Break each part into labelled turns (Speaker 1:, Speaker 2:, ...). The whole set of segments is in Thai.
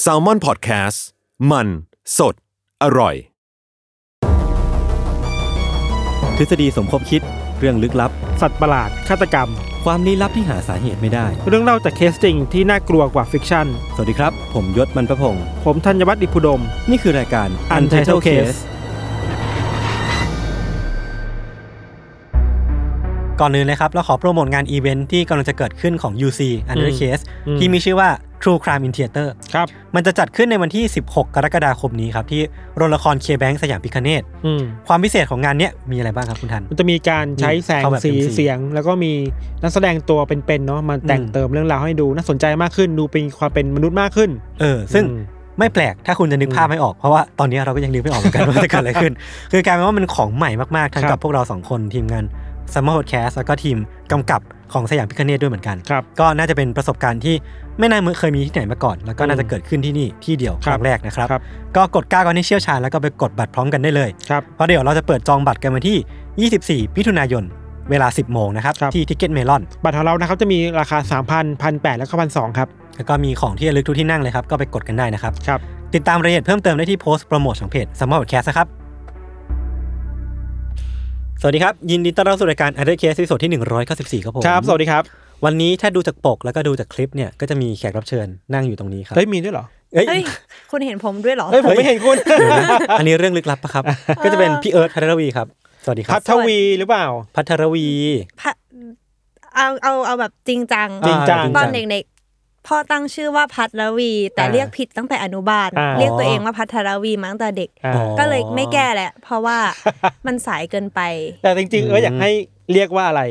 Speaker 1: แซลมอนพอดแคสต์มันสดอร่อย
Speaker 2: ทฤษฎีสมคบคิดเรื่องลึกลับ
Speaker 3: สัตว์ประหลาด ฆาตกรรม
Speaker 2: ความลี้ลับที่หาสาเหตุไม่ได้
Speaker 3: เรื่องเล่าจากเคสจริงที่น่ากลัวกว่าฟิกชั่น
Speaker 2: สวัสดีครับ ผมยศมันประพงศ์
Speaker 3: ผมธัญวัฒน์อิพุดม
Speaker 2: นี่คือรายการ Untitled Case
Speaker 4: ก่อนอื่นเลยครับ เราขอโปรโมทงานอีเวนท์ที่กำลังจะเกิดขึ้นของ UC Under
Speaker 3: อืม
Speaker 4: Case
Speaker 3: อืม
Speaker 4: ที่มีชื่อว่า True Crime in Theater
Speaker 3: ครับ
Speaker 4: มันจะจัดขึ้นในวันที่ 16 กรกฎาคมนี้ครับ ที่โรงละครเคแบงสยามพิคเนต
Speaker 3: อืม
Speaker 4: ความพิเศษของงานเนี้ยมีอะไรบ้างครับคุณทัน
Speaker 3: มันจะมีการใช้แสง
Speaker 4: เข้าแบบ
Speaker 3: สี
Speaker 4: MC
Speaker 3: เสียง แล้วก็มีนักแสดงตัวเป็นๆเนาะมาแต่ง
Speaker 4: อืม
Speaker 3: เติมเรื่องราวให้ดูน่าสนใจมากขึ้นดูเป็นความเป็นมนุษย์มากขึ้น
Speaker 4: เออซึ่ง
Speaker 3: อืม
Speaker 4: ไม่แปลกถ้าคุณจะนึกภาพไม่ออกเพราะว่าตอนนี้เราก็ยังนึกไม่ออกเหมื อนกัน ว่าจะเกิดอะไรขึ้น คือกลายเป็นว่ามันของใหม่มากๆทั้งกับพวกเราสองคนทีมงานซัมเมอร์พอดแคสแล้วก็ทีมกำกับของสยามพิคเนตด้วยเหมือนกัน
Speaker 3: ครับ
Speaker 4: ก็น่าจะเป็นประสบการณ์ที่ไม่น่าเคยมีที่ไหนมาก่อน แล้วก็น่าจะเกิดขึ้นที่นี่ที่เดียวค
Speaker 3: ครับ
Speaker 4: รั้งแรกนะครับ
Speaker 3: ครับ
Speaker 4: ก็กดก้าวกันให้เชี่ยวชาญแล้วก็ไปกดบัตรพร้อมกันได้เลย
Speaker 3: ครับ
Speaker 4: เพราะเดี๋ยวเราจะเปิดจองบัตรกันวันที่ 24มิถุนายน เวลา 10 โมงนะครับ
Speaker 3: ครับ
Speaker 4: ที่ทิกเก็ตเมลอน
Speaker 3: บัตรของเรานะครับจะมีราคา 3 0 0 0 1 8แล้วก็พันสครับ
Speaker 4: แล้วก็มีของที่ระลึกทุกที่นั่งเลยครับ ก็ไปกดกันได้นะครับ
Speaker 3: ครับ
Speaker 4: ติดตามรายละเอียดเพิ่มเติมได้ที่โพสต์โปรโมทของเพจ Summer Podcast นะครับ สวัสดีครับ ยินดีต้อนรับสู่รายการ Under Case ซีซั่นที่ 194 ครับผม
Speaker 3: ครับ สวัสดีครับ
Speaker 4: วันนี้ถ้าดูจากปกแล้วก็ดูจากคลิปเนี่ยก็จะมีแขกรับเชิญนั่งอยู่ตรงนี้ครับ
Speaker 3: เฮ้ยมีด้วยเหรอ
Speaker 4: เอ้ย
Speaker 5: เฮ้ย คุณเห็นผมด้วยเหรอ
Speaker 3: เฮ้ยผมไม่เห็นคุณ
Speaker 4: เดี๋ยวนะอันนี้เรื่องลึกลับปะครับ ก็จะเป็นพี่เอิร์ธพัทรวีครับ สวัสดีค
Speaker 3: พั
Speaker 4: รับ
Speaker 3: ทวีหรือเปล่า
Speaker 4: พัทรวี
Speaker 5: พะเอาเอาเอาแบบจริงจัง
Speaker 3: จริงจัง
Speaker 5: ตอนเด็กๆ พ่อตั้งชื่อว่าพัทรวี แต่
Speaker 3: อ่า
Speaker 5: เรียกผิดตั้งแต่อนุบาล
Speaker 3: อ่า
Speaker 5: เรียกตัวเองว่าพัทรวีมาตั้งแต่เด็ก
Speaker 3: อ่า
Speaker 5: ก็เลยไม่แก้แหละ เพราะว่ามันสายเกินไป
Speaker 3: แต่จริงๆเอออยากให้เรียกว่าอะไร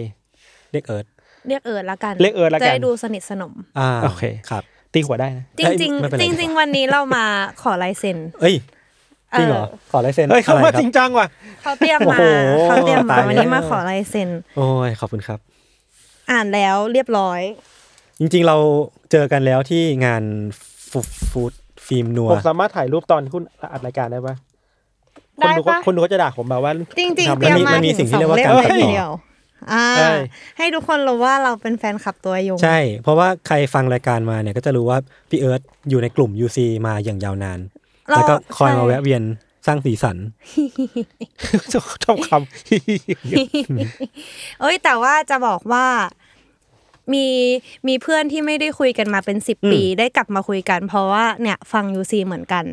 Speaker 4: เรียกเอิร์ธ
Speaker 5: เรียกเอิร์ดละกัน
Speaker 3: เรียกเอิร์ทละกัน
Speaker 5: จะได้ดูสนิทสนม
Speaker 4: อ่า
Speaker 3: โอเค
Speaker 4: ครับ
Speaker 3: ตีหัวได้นะ
Speaker 5: จ
Speaker 4: เอ้ย
Speaker 5: ริง
Speaker 4: ไม่เป็นไร
Speaker 5: ๆ จริง
Speaker 4: ดีกว่า
Speaker 5: ๆ วันนี้เรามาขอลายเซ็น
Speaker 4: เอ้ยจริงเหรอ ขอลายเซ็น
Speaker 3: เฮ้ยเข้า
Speaker 4: อะไร
Speaker 3: มา
Speaker 4: ครับ
Speaker 3: จริงจังว่ะ
Speaker 5: เขาเตรียมมา
Speaker 4: โอ้โห
Speaker 5: เขาเตรียมมา
Speaker 4: ตายแล้ว
Speaker 5: วันนี้มาขอลายเซ็น
Speaker 4: โอ้ย ขอบคุณครับ
Speaker 5: อ่านแล้วเรียบร้อย
Speaker 4: จริงๆเราเจอกันแล้วที่งานฟูดฟิล์มนัว
Speaker 3: ผมสามารถถ่ายรูปตอนที่คุณอัดรายการได้ปะ
Speaker 5: ได้
Speaker 3: คนดูก็
Speaker 5: ปะ
Speaker 3: คนดูก็จะด่าผมแบบว่า
Speaker 5: จริง
Speaker 3: ครับ
Speaker 5: ๆเตรียม
Speaker 4: มั
Speaker 5: มาน
Speaker 4: มี
Speaker 5: ถึ
Speaker 4: สิ่ง
Speaker 5: ง
Speaker 4: ที่
Speaker 5: สอง
Speaker 4: เรียกว่า
Speaker 5: เล่ม
Speaker 4: การ
Speaker 5: เลย
Speaker 4: ติดต่อ
Speaker 5: ทีเดียวอ่า
Speaker 3: ใช่
Speaker 5: ให้ทุกคนรู้ว่าเราเป็นแฟนคลับตัวยง
Speaker 4: ใช่ เพราะว่าใครฟังรายการมาเนี่ยก็จะรู้ว่าพี่เอิร์ธอยู่ในกลุ่ม UC มาอย่างยาวนาน
Speaker 5: เรา
Speaker 4: แล้วก็คอย
Speaker 5: ใช่
Speaker 4: มาแวะเวียนสร้างสีสัน
Speaker 3: ชอบคำ
Speaker 5: เอ้ย แต่ว่าจะบอกว่ามีมีเพื่อนที่ไม่ได้คุยกันมาเป็นสิบปี ได้กลับมาคุยกัน เพราะว่าเนี่ยฟังยูซีเหมือนกัน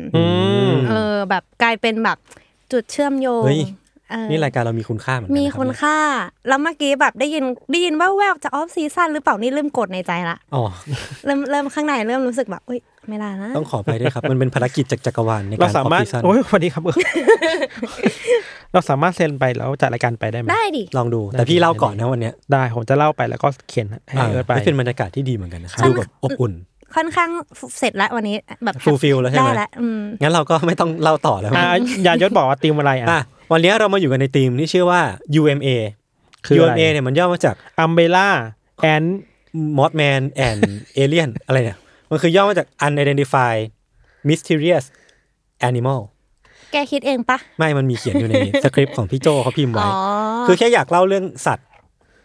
Speaker 5: เออ แบบกลายเป็นแบบจุดเชื่อมโยง
Speaker 4: เฮ้ย
Speaker 5: เออ
Speaker 4: นี่รายการเรามีคุณค่าเหมือนกัน
Speaker 5: มี
Speaker 4: นะรับ
Speaker 5: คุณค่า แล้วเมื่อกี้แบบได้ยินได้ยินว่าแววๆจะออฟซีซั่นหรือเปล่านี่เริ่มกดในใจละ
Speaker 4: อ๋อ
Speaker 5: เริ่มเริ่มข้างในเริ่มรู้สึกแบบอุ้ยไม่ได้นะ
Speaker 4: ต้องขอไปด้วยครับ มันเป็นภารกิจจากจักรวาลในกา
Speaker 3: เรา
Speaker 4: ร
Speaker 3: สามารถ
Speaker 4: off season
Speaker 3: โอ้ยสวันนี้ครับเออ เราสามารถเซ็นไปแล้วจัดรายการไปได้ไหม
Speaker 5: ได้ดิ
Speaker 4: ลองดู
Speaker 3: ได้
Speaker 4: แต่พี่
Speaker 3: ได้
Speaker 4: เล่าก่อนนะวันเนี้ย
Speaker 3: ได้ผมจะเล่าไปแล้วก็เขียนให้
Speaker 4: อ่า
Speaker 3: เอิร์ดไป
Speaker 4: นี่เป็นบรรยากาศที่ดีเหมือนกันนะครับ
Speaker 5: ฉัน
Speaker 4: ดูแบบอบอุ่น
Speaker 5: ค่อนข้างเสร็จแล้ววันนี้แบบ
Speaker 4: fulfill แล้วใช่ไหม
Speaker 5: ด้แล้วอืม
Speaker 4: งั้นเราก็ไม่ต้องเล่าต่อแล้ว
Speaker 3: อ่าอย่ายศบอกว่าตีมอะไร
Speaker 4: อ่ะ
Speaker 3: อ่ะ
Speaker 4: วันเนี้ยเรามาอยู่กันในทีมที่ชื่อว่า UMA
Speaker 3: คืออะไร
Speaker 4: UMA เนี่ยมันย่อมาจาก
Speaker 3: อัมเบล่าแอน
Speaker 4: Mothman and Alien อะไรเนี่ย มันคือย่อมาจาก Unidentified Mysterious Animal
Speaker 5: แกคิดเองปะ
Speaker 4: ไม่มันมีเขียนอยู่ใน สคริปต์ของพี่โจเขาพิมพ์ไว้
Speaker 5: อ๋อ
Speaker 4: คือแค่อยากเล่าเรื่องสัตว์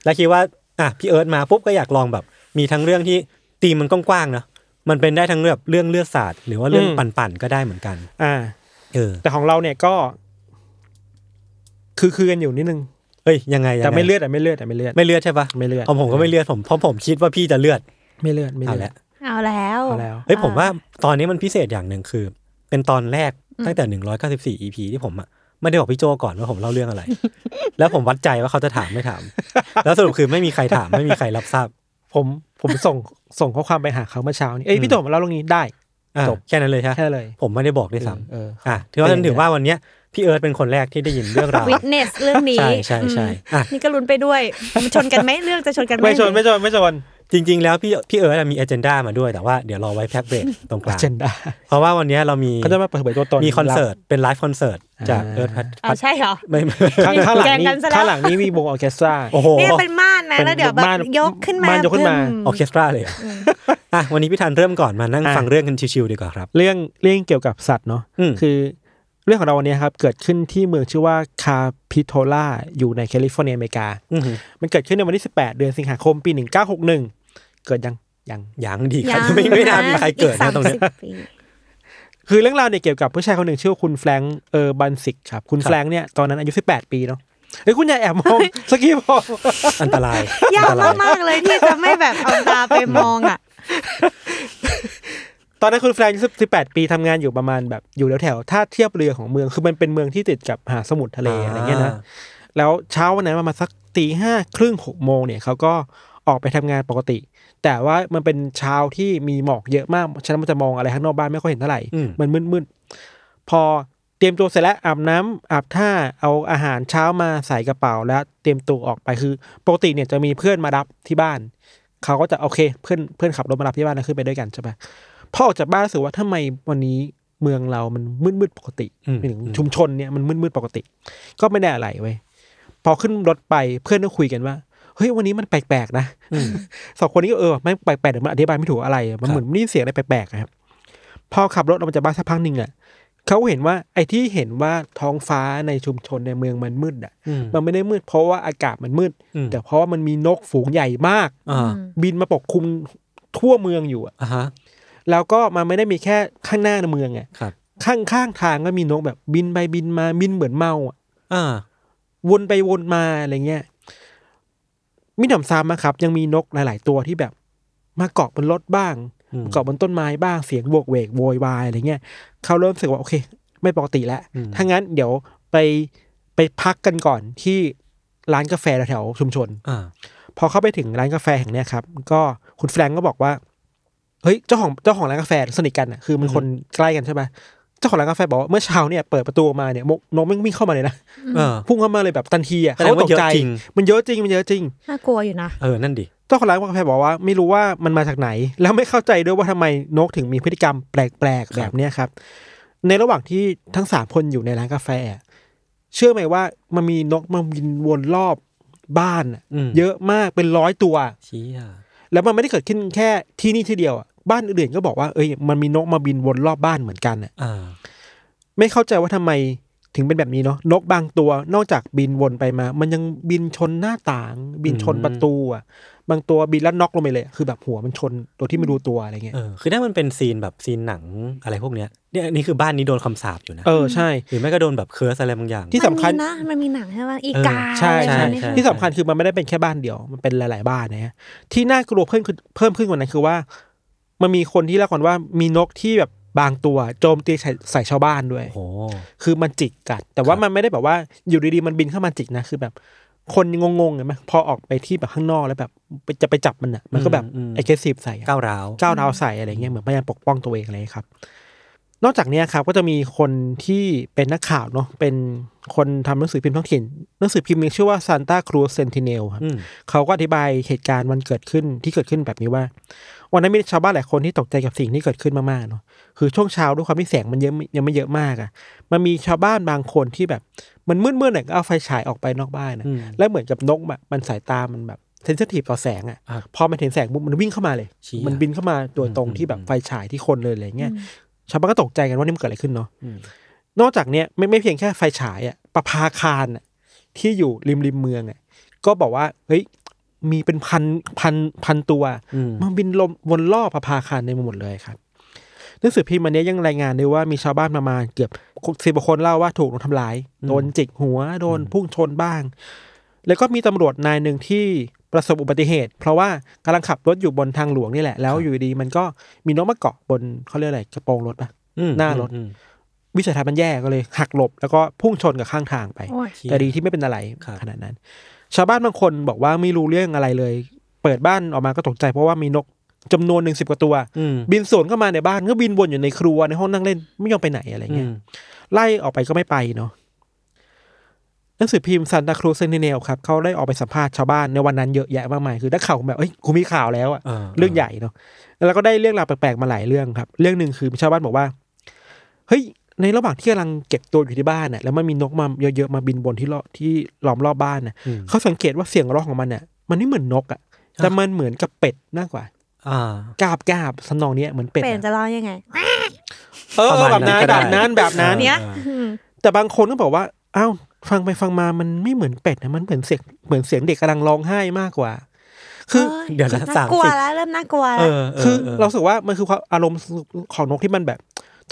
Speaker 4: แล้วคิดว่าอ่ะพี่เอิร์ธมาปุ๊บก็อยากลองแบบ มีทั้งเรื่องที่ตีมมันกว้างๆเนอะมันเป็นได้ทั้งแบบเรื่องเลือดศาสตร์หรือว่าเรื่อง
Speaker 3: อืม
Speaker 4: ปั่นๆก็ได้เหมือนกัน
Speaker 3: อ่า
Speaker 4: เออ
Speaker 3: แต่ของเราเนี่ยก็ คือคือกันอยู่นิดนึง
Speaker 4: เฮ้ยยังไงยังง
Speaker 3: แต่ไม่เลือดแต่ไม่เลือดแต่ไม่เลือด
Speaker 4: ไม่เลือดใช่ปะ
Speaker 3: ไม่เลือด
Speaker 4: ผมผมก็ไม่เลือดผมเพราะผมคิดว่าพี่จะเลือด
Speaker 3: ไม่เลือดไม่
Speaker 4: เอา
Speaker 3: เลือด
Speaker 4: ละ
Speaker 5: เอาแล้ว
Speaker 3: เอาแล้ว
Speaker 4: เฮ้ยผมว่าตอนนี้มันพิเศษอย่างหนึ่งคือ เป็นตอนแรกตั้งแต่ 194 EP ที่ผมอะไม่ได้บอกพี่โจก่อนว่าผมเล่าเรื่อง อะไร แล้วผมวัดใจว่าเขาจะถามไม่ถ าม แล้วสรุปคือไม่มีใครถามไม่มีใครรับทราบ
Speaker 3: ผมผมส่ง ส่งข้อความไปหาเขาเมื่อเช้านี้เอ้ยพี่โตมาเล่าเรื่องนี้ได้
Speaker 4: อ่ะ
Speaker 3: จบ
Speaker 4: แค่นั้นเลยใช่ไหม
Speaker 3: แค่เลย
Speaker 4: ผมไม่ได้บอกด้วยซ้
Speaker 3: เออ
Speaker 4: ำอ่ะถือว่าถือว่าวันเนี้ยพี่เอิร์ธเป็นคนแรกที่ได้ยินเรื่องราว
Speaker 5: วิทเนสเรื่องนี้
Speaker 4: ใช่ใช่ใช่
Speaker 5: อืม
Speaker 4: อ่ะ
Speaker 5: นี่ก็ลุ้นไปด้วยมันชนกันไหมเรื่องจะชนกันไหม
Speaker 3: ไม่ชนไม่ชนไม่ชน
Speaker 4: จริง ๆ แล้วพี่พี่เอิร์ธอะมี a อเจนดามาด้วยแต่ว่าเดี๋ยวรอไว้แพ็กเบรกตรงกลาง
Speaker 3: เจนได้
Speaker 4: เพราะว่าวันเนี้ยเรามี
Speaker 3: เขาจะมาเปิดเผยตัวตน
Speaker 4: มีคอนเสิร์ตเป็นไลฟ์คอนเสิร์ตจากเอิร์ธพัท
Speaker 5: อ๋อใช่เหรอ
Speaker 4: ไม่ไม่
Speaker 3: ข้างข้างหลัง
Speaker 5: แกล้ง
Speaker 3: นี้
Speaker 5: กันซะแล้ว
Speaker 3: ข้างหลังนี้มีวงออร์เคสตรา
Speaker 4: โอ้โห
Speaker 5: เนี่ยเป็นม่านนะ
Speaker 3: เป็น
Speaker 5: แล้วเดี๋ยวแบบ
Speaker 3: ม่าน
Speaker 5: ยกขึ้นมา
Speaker 3: ม่านยกขึ้นมา
Speaker 5: ปึ้
Speaker 4: ออร์เคสตราเลยเหรออ่ะวันนี้พี่ธันเริ่มก่อนมานั่ง
Speaker 3: อ่ะ
Speaker 4: ฟังเรื่องกันชิวๆดีกว่าครับ
Speaker 3: เรื่องเรื่องเกี่ยวกับสัตว์เนาะ
Speaker 4: อืม
Speaker 3: คือเรื่องของเราวันนี้ครับ เกิดขึ้นที่เมืองชื่อว่าคาพิโทล่าอยู่ในแคลิฟอร์เนียอเมริกา
Speaker 4: อื้อหือ
Speaker 3: มันเกิดขึ้นในวันที่ 18 เดือนสิงหาคมปี 1961 เกิดยังยัง
Speaker 4: ยังดีครับ
Speaker 5: ยัง
Speaker 4: ไม่ไม่น่า
Speaker 5: ะ
Speaker 4: มีใครเกิดนะตรงเนี้ย
Speaker 5: อีสามสิบปี
Speaker 3: คือเรื่องราวเนี่ยเกี่ยวกับผู้ชายคนหนึ่งชื่อว่าคุณแฟรงค์เออร์บันสิกครับ คุณ
Speaker 4: ครับ
Speaker 3: แฟรงค์เนี่ยตอนนั้นอายุ 18 ปีเนาะเอ้ยคุณอย่าแอบมองสกีพอ
Speaker 4: อันตราย
Speaker 5: ยาก
Speaker 4: อันตราย
Speaker 5: มากๆเลยที่จะไม่แบบเอาตาไปมองอ่ะ
Speaker 3: ตอนนั้นคุณแฟรงค์อายุสิบแปดปีทำงานอยู่ประมาณแบบอยู่แถวๆท่าเทียบเรือของเมืองคือมันเป็นเมืองที่ติดกับมหาสมุทรทะเล
Speaker 4: อ่า
Speaker 3: อะไรเงี้ยนะแล้วเช้าวันนั้นประมาณสักตีห้าครึ่งหกโมงเนี่ยเขาก็ออกไปทำงานปกติ แต่ว่ามันเป็นเช้าที่มีหมอกเยอะมากฉะนั้นมันจะมองอะไรข้างนอกบ้านไม่ค่อยเห็นเท่าไหร่
Speaker 4: อืม
Speaker 3: มันมืดๆพอเตรียมตัวเสร็จแล้วอาบน้ำอาบท่าเอาอาหารเช้ามาใส่กระเป๋าแล้วเตรียมตัวออกไปคือปกติเนี่ยจะมีเพื่อนมารับที่บ้านเขาก็จะโอเคเพื่อนเพื่อนขับรถมารับที่บ้านแล้วขึ้นไปด้วยกันใช่ปะ พอออกจากบ้านรู้สึกว่าทำไมวันนี้เมืองเรามันมืดมืดๆปกติ
Speaker 4: อืม
Speaker 3: หมายถึง
Speaker 4: อืม
Speaker 3: ชุมชนเนี่ยมันมืดมืดๆปกติ ก็ไม่ได้อะไรเว้ยพอขึ้นรถไปเพื่อนก็คุยกันว่าเฮ้ยวันนี้มันแปลกๆนะ สองคนนี้ก็เออไม่งแปลกๆเดี๋ยวมันอธิบายไม่ถูกอะไรอะมันเหมือนนี่เสียงอะไรแปลกๆอะครับ พอขับรถออกมาจากบ้านสักพักหนึ่งอ่ะเขาเห็นว่าไอ้ที่เห็นว่าท้องฟ้าในชุมชนในเมืองมันมืดอ่ะ
Speaker 4: อืม
Speaker 3: มันไม่ได้มืดเพราะว่าอากาศมันมืด
Speaker 4: อืม
Speaker 3: แต่เพราะว่ามันมีนกฝูงใหญ่มาก
Speaker 4: อ่า
Speaker 3: บินมาปกคลุมทั่วเมืองอยู่อะ
Speaker 4: อ่าฮะ
Speaker 3: แล้วก็มันไม่ได้มีแค่ข้างหน้าในเมืองไง
Speaker 4: ครับ
Speaker 3: ข้างข้างทางก็มีนกแบบบินไปบินมาบินเหมือนเมาอะ
Speaker 4: อ่า
Speaker 3: วนไปวนมาอะไรเงี้ยมีหนำซ้ำนะครับ ยังมีนกหลาย ๆ ตัวที่แบบมาเกาะบนรถบ้าง
Speaker 4: อืม
Speaker 3: เกาะบนต้นไม้บ้างเสียงโวกเวกโวยวายอะไรเงี้ยเขาเริ่มรู้สึกว่าโอเค ไม่ปกติแล้ว
Speaker 4: อืม
Speaker 3: ถ้างั้นเดี๋ยวไปไปพักกันก่อนที่ร้านกาแฟแถวๆชุมชน
Speaker 4: อ่า
Speaker 3: พอเข้าไปถึงร้านกาแฟแห่งเนี้ยครับ ก็คุณแฟรงก์ก็บอกว่า เฮ้ยเจ้าของเจ้าของร้านกาแฟสนิทกันอ่ะคือมันคนใกล้กันใช่ไหมเจ้าของร้านกาแฟบอกว่าเมื่อเช้าเนี่ยเปิดประตูออกมาเนี่ยมกนกแม่งวิ่งเข้ามาเลยนะ
Speaker 4: เออ
Speaker 3: พุ่งเข้ามาเลยแบบทันทีอ่ะ
Speaker 4: แสดง
Speaker 3: เขา
Speaker 4: ว่า
Speaker 3: ตกใจ
Speaker 4: เยอะจริง
Speaker 3: มันเยอะจริงมันเยอะจริง
Speaker 5: น่ากลัวอยู่นะ
Speaker 4: เออนั่นดิ
Speaker 3: เจ้าของร้านกาแฟบอกว่าไม่รู้ว่ามันมาจากไหน แล้วไม่เข้าใจด้วยว่าทำไมนกถึงมีพฤติกรรมแปลกๆแบบเนี้ยครับ ในระหว่างที่ทั้งสามคนอยู่ในร้านกาแฟอะเชื่อไหมว่ามันมีนกมาบินวนรอบบ้านอะ
Speaker 4: ม
Speaker 3: เยอะมากเป็นร้อยตัว
Speaker 4: ชี้อ่ะ
Speaker 3: แล้วมันไม่ได้เกิดขึ้นแค่ที่นี่ที่เดียวอะบ้านอื่นๆก็บอกว่าเอ้ยมันมีนกมาบินวนรอบบ้านเหมือนกันอะ
Speaker 4: อ่า
Speaker 3: ไม่เข้าใจว่าทำไมถึงเป็นแบบนี้เนาะนกบางตัวนอกจากบินวนไปมา มันยังบินชนหน้าต่าง บินชนประตูอะบางตัวบินแล้วน็อกลงไปเลยอะคือแบบหัวมันชนตัวที่ไม่รู้ตัวอะไรเงี้ย
Speaker 4: เออคือถ้ามันเป็นซีนแบบซีนหนังอะไรพวกเนี้ยเนี่ยอันนี่คือบ้านนี้โดนคำสาปอยู่นะ
Speaker 3: เออใช่
Speaker 4: หรือไม่ก็โดนแบบเคิร์สอะไรบางอย่าง
Speaker 3: ที่สำคัญ
Speaker 5: มันมีนะมันมีหนังใช่ไหมอีกา
Speaker 3: ใช่ใช่
Speaker 5: อะไรแบบนี้
Speaker 4: ใช่
Speaker 3: ที่สำคัญคือมันไม่ได้เป็นแค่บ้านเดียว มันเป็นหลาย ๆ บ้านนะฮะที่น่ากลัวเพิ่มขึ้นเพิ่มขึ้นกว่านั้นคือว่า มันมีคนที่เล่าก่อนว่ามีนกที่แบบบางตัวโจมตีใส่ใส่ชาวบ้านด้วย
Speaker 4: โอ้โห
Speaker 3: คือมันจิกกัด แต่ว่ามันไม่ได้แบบว่าอยู่ดีๆมันบินเข้ามาจิกนะคือแบบ คนงงๆเห็นไหมพอออกไปที่แบบข้างนอกแล้วแบบไปจะไปจับมันอ่ะ มันก็แบบ
Speaker 4: อืมอืม
Speaker 3: ไอ้เกสซีฟใส่อะ
Speaker 4: ก้าวร้าว
Speaker 3: ก้าวราวใส่อะไรเงี้ยเหมือนพยายามปกป้องตัวเองอะไรเงี้ยครับ นอกจากเนี้ยครับก็จะมีคนที่เป็นนักข่าวเนาะเป็นคนทำหนังสือพิมพ์ท้องถิ่นหนังสือพิมพ์มีชื่อว่าซานตาครูเซนติเนลครับ
Speaker 4: อืม
Speaker 3: เขาก็อธิบายเหตุการณ์วันเกิดขึ้นที่เกิดขึ้นแบบนี้ว่า วันนั้นมีชาวบ้านหลายคนที่ตกใจกับสิ่งที่เกิดขึ้นมากๆเนาะคือช่วงเช้าด้วยความที่แสงมันเยอะยังไม่เยอะมากอะ่ะ มันมีชาวบ้านบางคนที่แบบมันมืดๆหน่อยก็เอาไฟฉายออกไปนอกบ้านนะ
Speaker 4: อืม
Speaker 3: แล้วเหมือนกับนกแบบมันสายตามันแบบเซนซิทีฟต่อแสง
Speaker 4: ครั
Speaker 3: อะ่ะ
Speaker 4: บ
Speaker 3: พอมันเห็นแสงปุ๊บมันวิ่งเข้ามาเลย
Speaker 4: เชี่ย
Speaker 3: มันบินเข้ามาตัวตรง
Speaker 4: อืม
Speaker 3: ที่แบบ
Speaker 4: อืม
Speaker 3: ไฟฉายที่คนเลยอะไรเงี้ยชาวบ้านก็ตกใจกันว่านี่มันเกิดอะไรขึ้นเนาะ
Speaker 4: อืม
Speaker 3: นอกจากเนี้ยไม่ไม่เพียงแค่ไฟฉายอะประภาคารอะที่อยู่ริมริมเมืองอะก็บอกว่าเฮ้ยมีเป็นพันพันพันตัว
Speaker 4: อืม
Speaker 3: มันบินลมวนล่อบประภาคารในหมดเลยครับหนังสือพิมพ์มันเนี้ยยังรายงานด้วยว่ามีชาวบ้านประมาณเกือบสิบกว่าคนเล่าว่าถูกรุมทำร้าย โดนจิกหัว โดนพุ่งชนบ้าง แล้วก็มีตำรวจนายหนึ่งที่ ประสบอุบัติเหตุ เพราะว่ากำลังขับรถอยู่บนทางหลวงนี่แหละ แล้วอยู่ดีๆมันก็มีนกมาเกาะบนเขาเรียกอะไรกระโปรงรถปะ
Speaker 4: อืม
Speaker 3: หน้ารถ
Speaker 4: อืม
Speaker 3: วิสัยทัศน์มันแย่ก็เลยหักหลบแล้วก็พุ่งชนกับข้างทางไป
Speaker 5: โอ้ย
Speaker 3: แต่ดีที่ไม่เป็นอะไร
Speaker 4: ครับ
Speaker 3: ขนาดนั้น ชาวบ้านบางคนบอกว่าไม่รู้เรื่องอะไรเลย เปิดบ้านออกมาก็ตกใจเพราะว่ามีนกจำนวนหนึ่งสิบกว่าตัว
Speaker 4: อืม
Speaker 3: บินสวนเข้ามาในบ้านก็บินวนอยู่ในครัวในห้องนั่งเล่นไม่ยอมไปไหนอะไรเงี้ย ไล่ออกไปก็ไม่ไปเนาะหนังสือพิมพ์ซันตาครูเซนติเนลครับเขาได้ออกไปสัมภาษณ์ชาวบ้านในวันนั้นเยอะแยะมากมายคือนักข่าวแบบเอ้ยกูมีข่าวแล้วอะ
Speaker 4: า
Speaker 3: เรื่องใหญ่เนาะแล้วก็ได้เรื่องราวแปลกๆมาหลายเรื่องครับ เรื่องหนึ่งคือชาวบ้านบอกว่าเฮ้ยในระหว่างที่กำลังเก็บตัวอยู่ที่บ้านน่ะแล้วมันมีนกมาเยอะๆมาบินบนที่ล้อที่ล้อมรอบบ้านน่ะ
Speaker 4: อืม
Speaker 3: เขาสังเกตว่าเสียงร้องของมันน่ะ มันไม่เหมือนนกอะแต่มันเหมือนกับเป็ดมากกว่า
Speaker 4: อ่า
Speaker 3: กาบกาบๆสำนองเนี้ยเหมือนเป็ด
Speaker 5: เป็น
Speaker 3: อะ
Speaker 5: จะร้องยังไง
Speaker 3: เออแบบนั้น
Speaker 4: ประ
Speaker 3: แบ
Speaker 4: มาณ
Speaker 3: บ
Speaker 4: นั้
Speaker 3: นั้น
Speaker 4: นก็ได้
Speaker 3: แบบนั้น
Speaker 5: เย
Speaker 4: อ่า
Speaker 5: อืม
Speaker 3: แต่บางคนก็บอกว่า อ้าว ฟังไปฟังมามันไม่เหมือนเป็ดนะ มันเหมือนเสียง เหมือนเสียงเด็กกำลังร้องไห้มากกว่า คือ
Speaker 5: โย
Speaker 4: เดี๋ยวนะ
Speaker 5: น่า
Speaker 4: สาม
Speaker 5: กลัว
Speaker 4: สิบ
Speaker 5: แล้วเริ่มน่ากลัว
Speaker 4: เอ
Speaker 5: แล้
Speaker 4: อ
Speaker 5: ว
Speaker 4: เ
Speaker 3: คือเรารู้สึกว่ามันคือความอารมณ์ของนกที่มันแบบ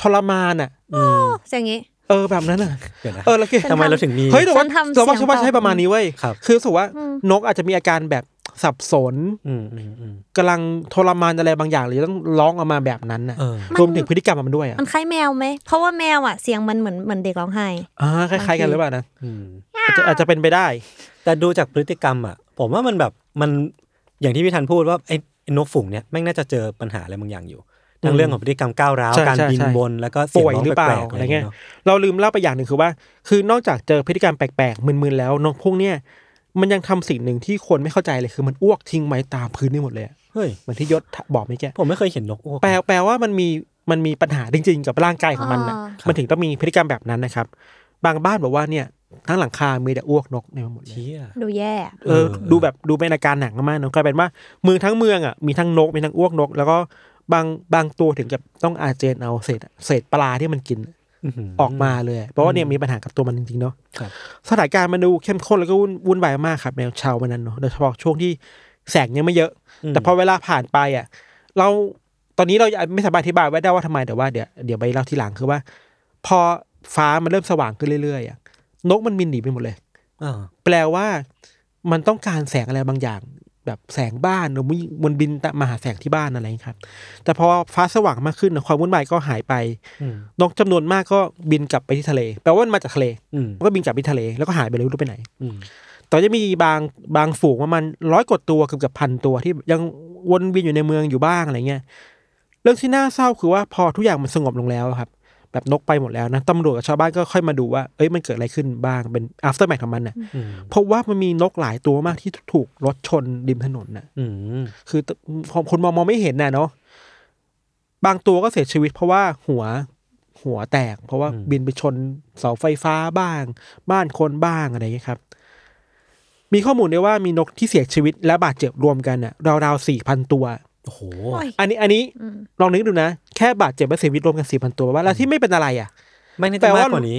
Speaker 3: ทรมานอ่ะ
Speaker 4: อืม
Speaker 5: เสียงนี้
Speaker 3: เออแบบนั้นอ่ะ
Speaker 4: เดี๋ยวนะ
Speaker 3: เออแล้วก็
Speaker 4: ทำไมเราถึงมี
Speaker 3: เฮ้ยแต่ว่า
Speaker 5: ฉันทำ
Speaker 3: แต่ว่า
Speaker 5: เสี
Speaker 3: ชา
Speaker 5: ยวง
Speaker 3: บ้านใช้
Speaker 5: ตอบ
Speaker 3: ประมาณนี้เว้ย
Speaker 4: ครับ
Speaker 3: อรู้สึกว่า
Speaker 5: อืม
Speaker 3: นกอาจจะมีอาการแบบสับสน
Speaker 4: อืมอืมอืม
Speaker 3: กำลังทรมานอะไรบางอย่างหรือต้องร้องออกมาแบบนั้นน่ะ
Speaker 4: เออ
Speaker 3: รวมถึงพฤติกรรมมันด้วยอ่ะ
Speaker 5: มันคล้ายแมวไหม เพราะว่าแมวอ่ะเสียงมันเหมือนเหมือนเด็กร้องไห้
Speaker 3: อ่าคล้ายๆกันหรือเปล่านะ
Speaker 4: อืม
Speaker 3: อาจจะอาจจะเป็นไปได้
Speaker 4: แต่ดูจากพฤติกรรมอ่ะ ผมว่ามันแบบมันอย่างที่พี่ทันพูดว่าไอ้ไอ้นกฝูงเนี่ยแม่งน่าจะเจอปัญหาอะไรบางอย่างอยู่ทั้งเรื่องของพฤติกรรมก้าวร้าว
Speaker 3: ใช่
Speaker 4: การ
Speaker 3: ใช่
Speaker 4: บิน
Speaker 3: ใช่
Speaker 4: บนแล้วก็เสียงร้อง
Speaker 3: ป่วยหรือเปล่า
Speaker 4: แปลกๆอะไรเงี้ย
Speaker 3: อะไรเงี้ย เราลืมเล่าไปอย่างหนึ่งคือว่า คือนอกจากเจอพฤติกรรมแปลกๆมึนๆแล้วนกพวกเนี้ยมันยังทำสิ่งหนึ่งที่คนไม่เข้าใจเลยคือมันอ้วกทิ้งไว้ตามพื้นนี่หมดเลยอะ
Speaker 4: เฮ้ย
Speaker 3: เหมือนที่ยศบอกเมื่อกี้
Speaker 4: ผมไม่เคยเห็นนกอ้วก
Speaker 3: แปลแปลว่ามันมีมันมีปัญหาจริงๆ กับร่างกายของมันนะ
Speaker 5: อ่ามั
Speaker 3: มันถึงต้องมีพฤติกรรมแบบนั้นนะครับ บางบ้านบอกว่าเนี่ยทั้งหลังคามีแต่อ้วกนกเนี่ยมาหมดเลย
Speaker 4: เชี่ย
Speaker 5: ดูแย่
Speaker 3: เออ
Speaker 4: เออ
Speaker 3: ดูแบบดูเป็นอาการหนักมากๆเนอะกลายเป็นว่าเมืองทั้งเมืองอ่ะมีทั้งนกมีทั้งอ้วกนก แล้วก็บางบางตัวถึงกับต้องอาเจียนเอาเศษเศษปลาที่มันกิน
Speaker 4: ม
Speaker 3: ออกมาเลยเพราะว่าเนี่ยมีปัญหากับตัวมันจริงๆเนาะ
Speaker 4: ครับ
Speaker 3: สถานการณ์มันดูเข้มข้นแล้วก็วุ่นวุ่นวายมากครับในเช้าวันนั้นเนาะโดยเฉพาะช่วงที่แสงยังไม่เยอะ แต่พอเวลาผ่านไปอ่ะ เราตอนนี้เราไม่สามารถอธิบายไว้ได้ว่าทำไมแต่ว่าเดี๋ยวเดี๋ยวไปเล่าทีหลังคือว่า พอฟ้ามันเริ่มสว่างขึ้นเรื่อยๆอ่ะนกมันบินหนีไปหมดเลย
Speaker 4: อ่า
Speaker 3: แปลว่ามันต้องการแสงอะไรบางอย่าง แบบแสงบ้านหรือมันบินมาหาแสงที่บ้านอะไรอย่างเงี้ยครับ แต่พอฟ้าสว่างมากขึ้นความวุ่นวายก็หายไป
Speaker 4: อืม
Speaker 3: นกจำนวนมากก็บินกลับไปที่ทะเล แปลว่ามันมาจากทะเล
Speaker 4: อืม
Speaker 3: มันก็บินกลับไปทะเลแล้วก็หายไปเลยไม่รู้ไปไหน
Speaker 4: อืม
Speaker 3: แต่จะมีบางบางฝูงประมาณร้อยกว่าตัวเกือบกับพันตัวที่ยังวนเวียนอยู่ในเมืองอยู่บ้างอะไรเงี้ยเรื่องที่น่าเศร้าคือว่าพอทุกอย่างมันสงบลงแล้วครับ แบบนกไปหมดแล้วนะตำรวจกับชาวบ้านก็ค่อยมาดูว่าเอ้ยมันเกิดอะไรขึ้นบ้างเป็น after math ของมันน่ะ
Speaker 4: อืม
Speaker 3: พบว่ามันมีนกหลายตัวมากที่ถูกรถชนริมถนนน่ะ
Speaker 4: อืม
Speaker 3: คือคนมองมองไม่เห็นน่ะเนาะบางตัวก็เสียชีวิตเพราะว่าหัวหัวแตก เพราะว่าบินไปชนเสาไฟฟ้าบ้าง บ้านคนบ้างอะไรอย่างเงี้ยครับ มีข้อมูลด้วยว่ามีนกที่เสียชีวิตและบาดเจ็บรวมกันน่ะราวๆสี่พันตัว
Speaker 4: โอ้โห
Speaker 5: โอ้ย
Speaker 3: อันนี้อันนี้
Speaker 5: อืม
Speaker 3: ลองนึกดูนะ แค่บาดเจ็บและเสียชีวิตรวมกันสี่พันตัวว่าแล้วที่ไม่เป็นอะไรอ่ะ
Speaker 4: ไม่น่า
Speaker 3: แปล
Speaker 4: จะมา
Speaker 3: ว่า
Speaker 4: กกว่านี้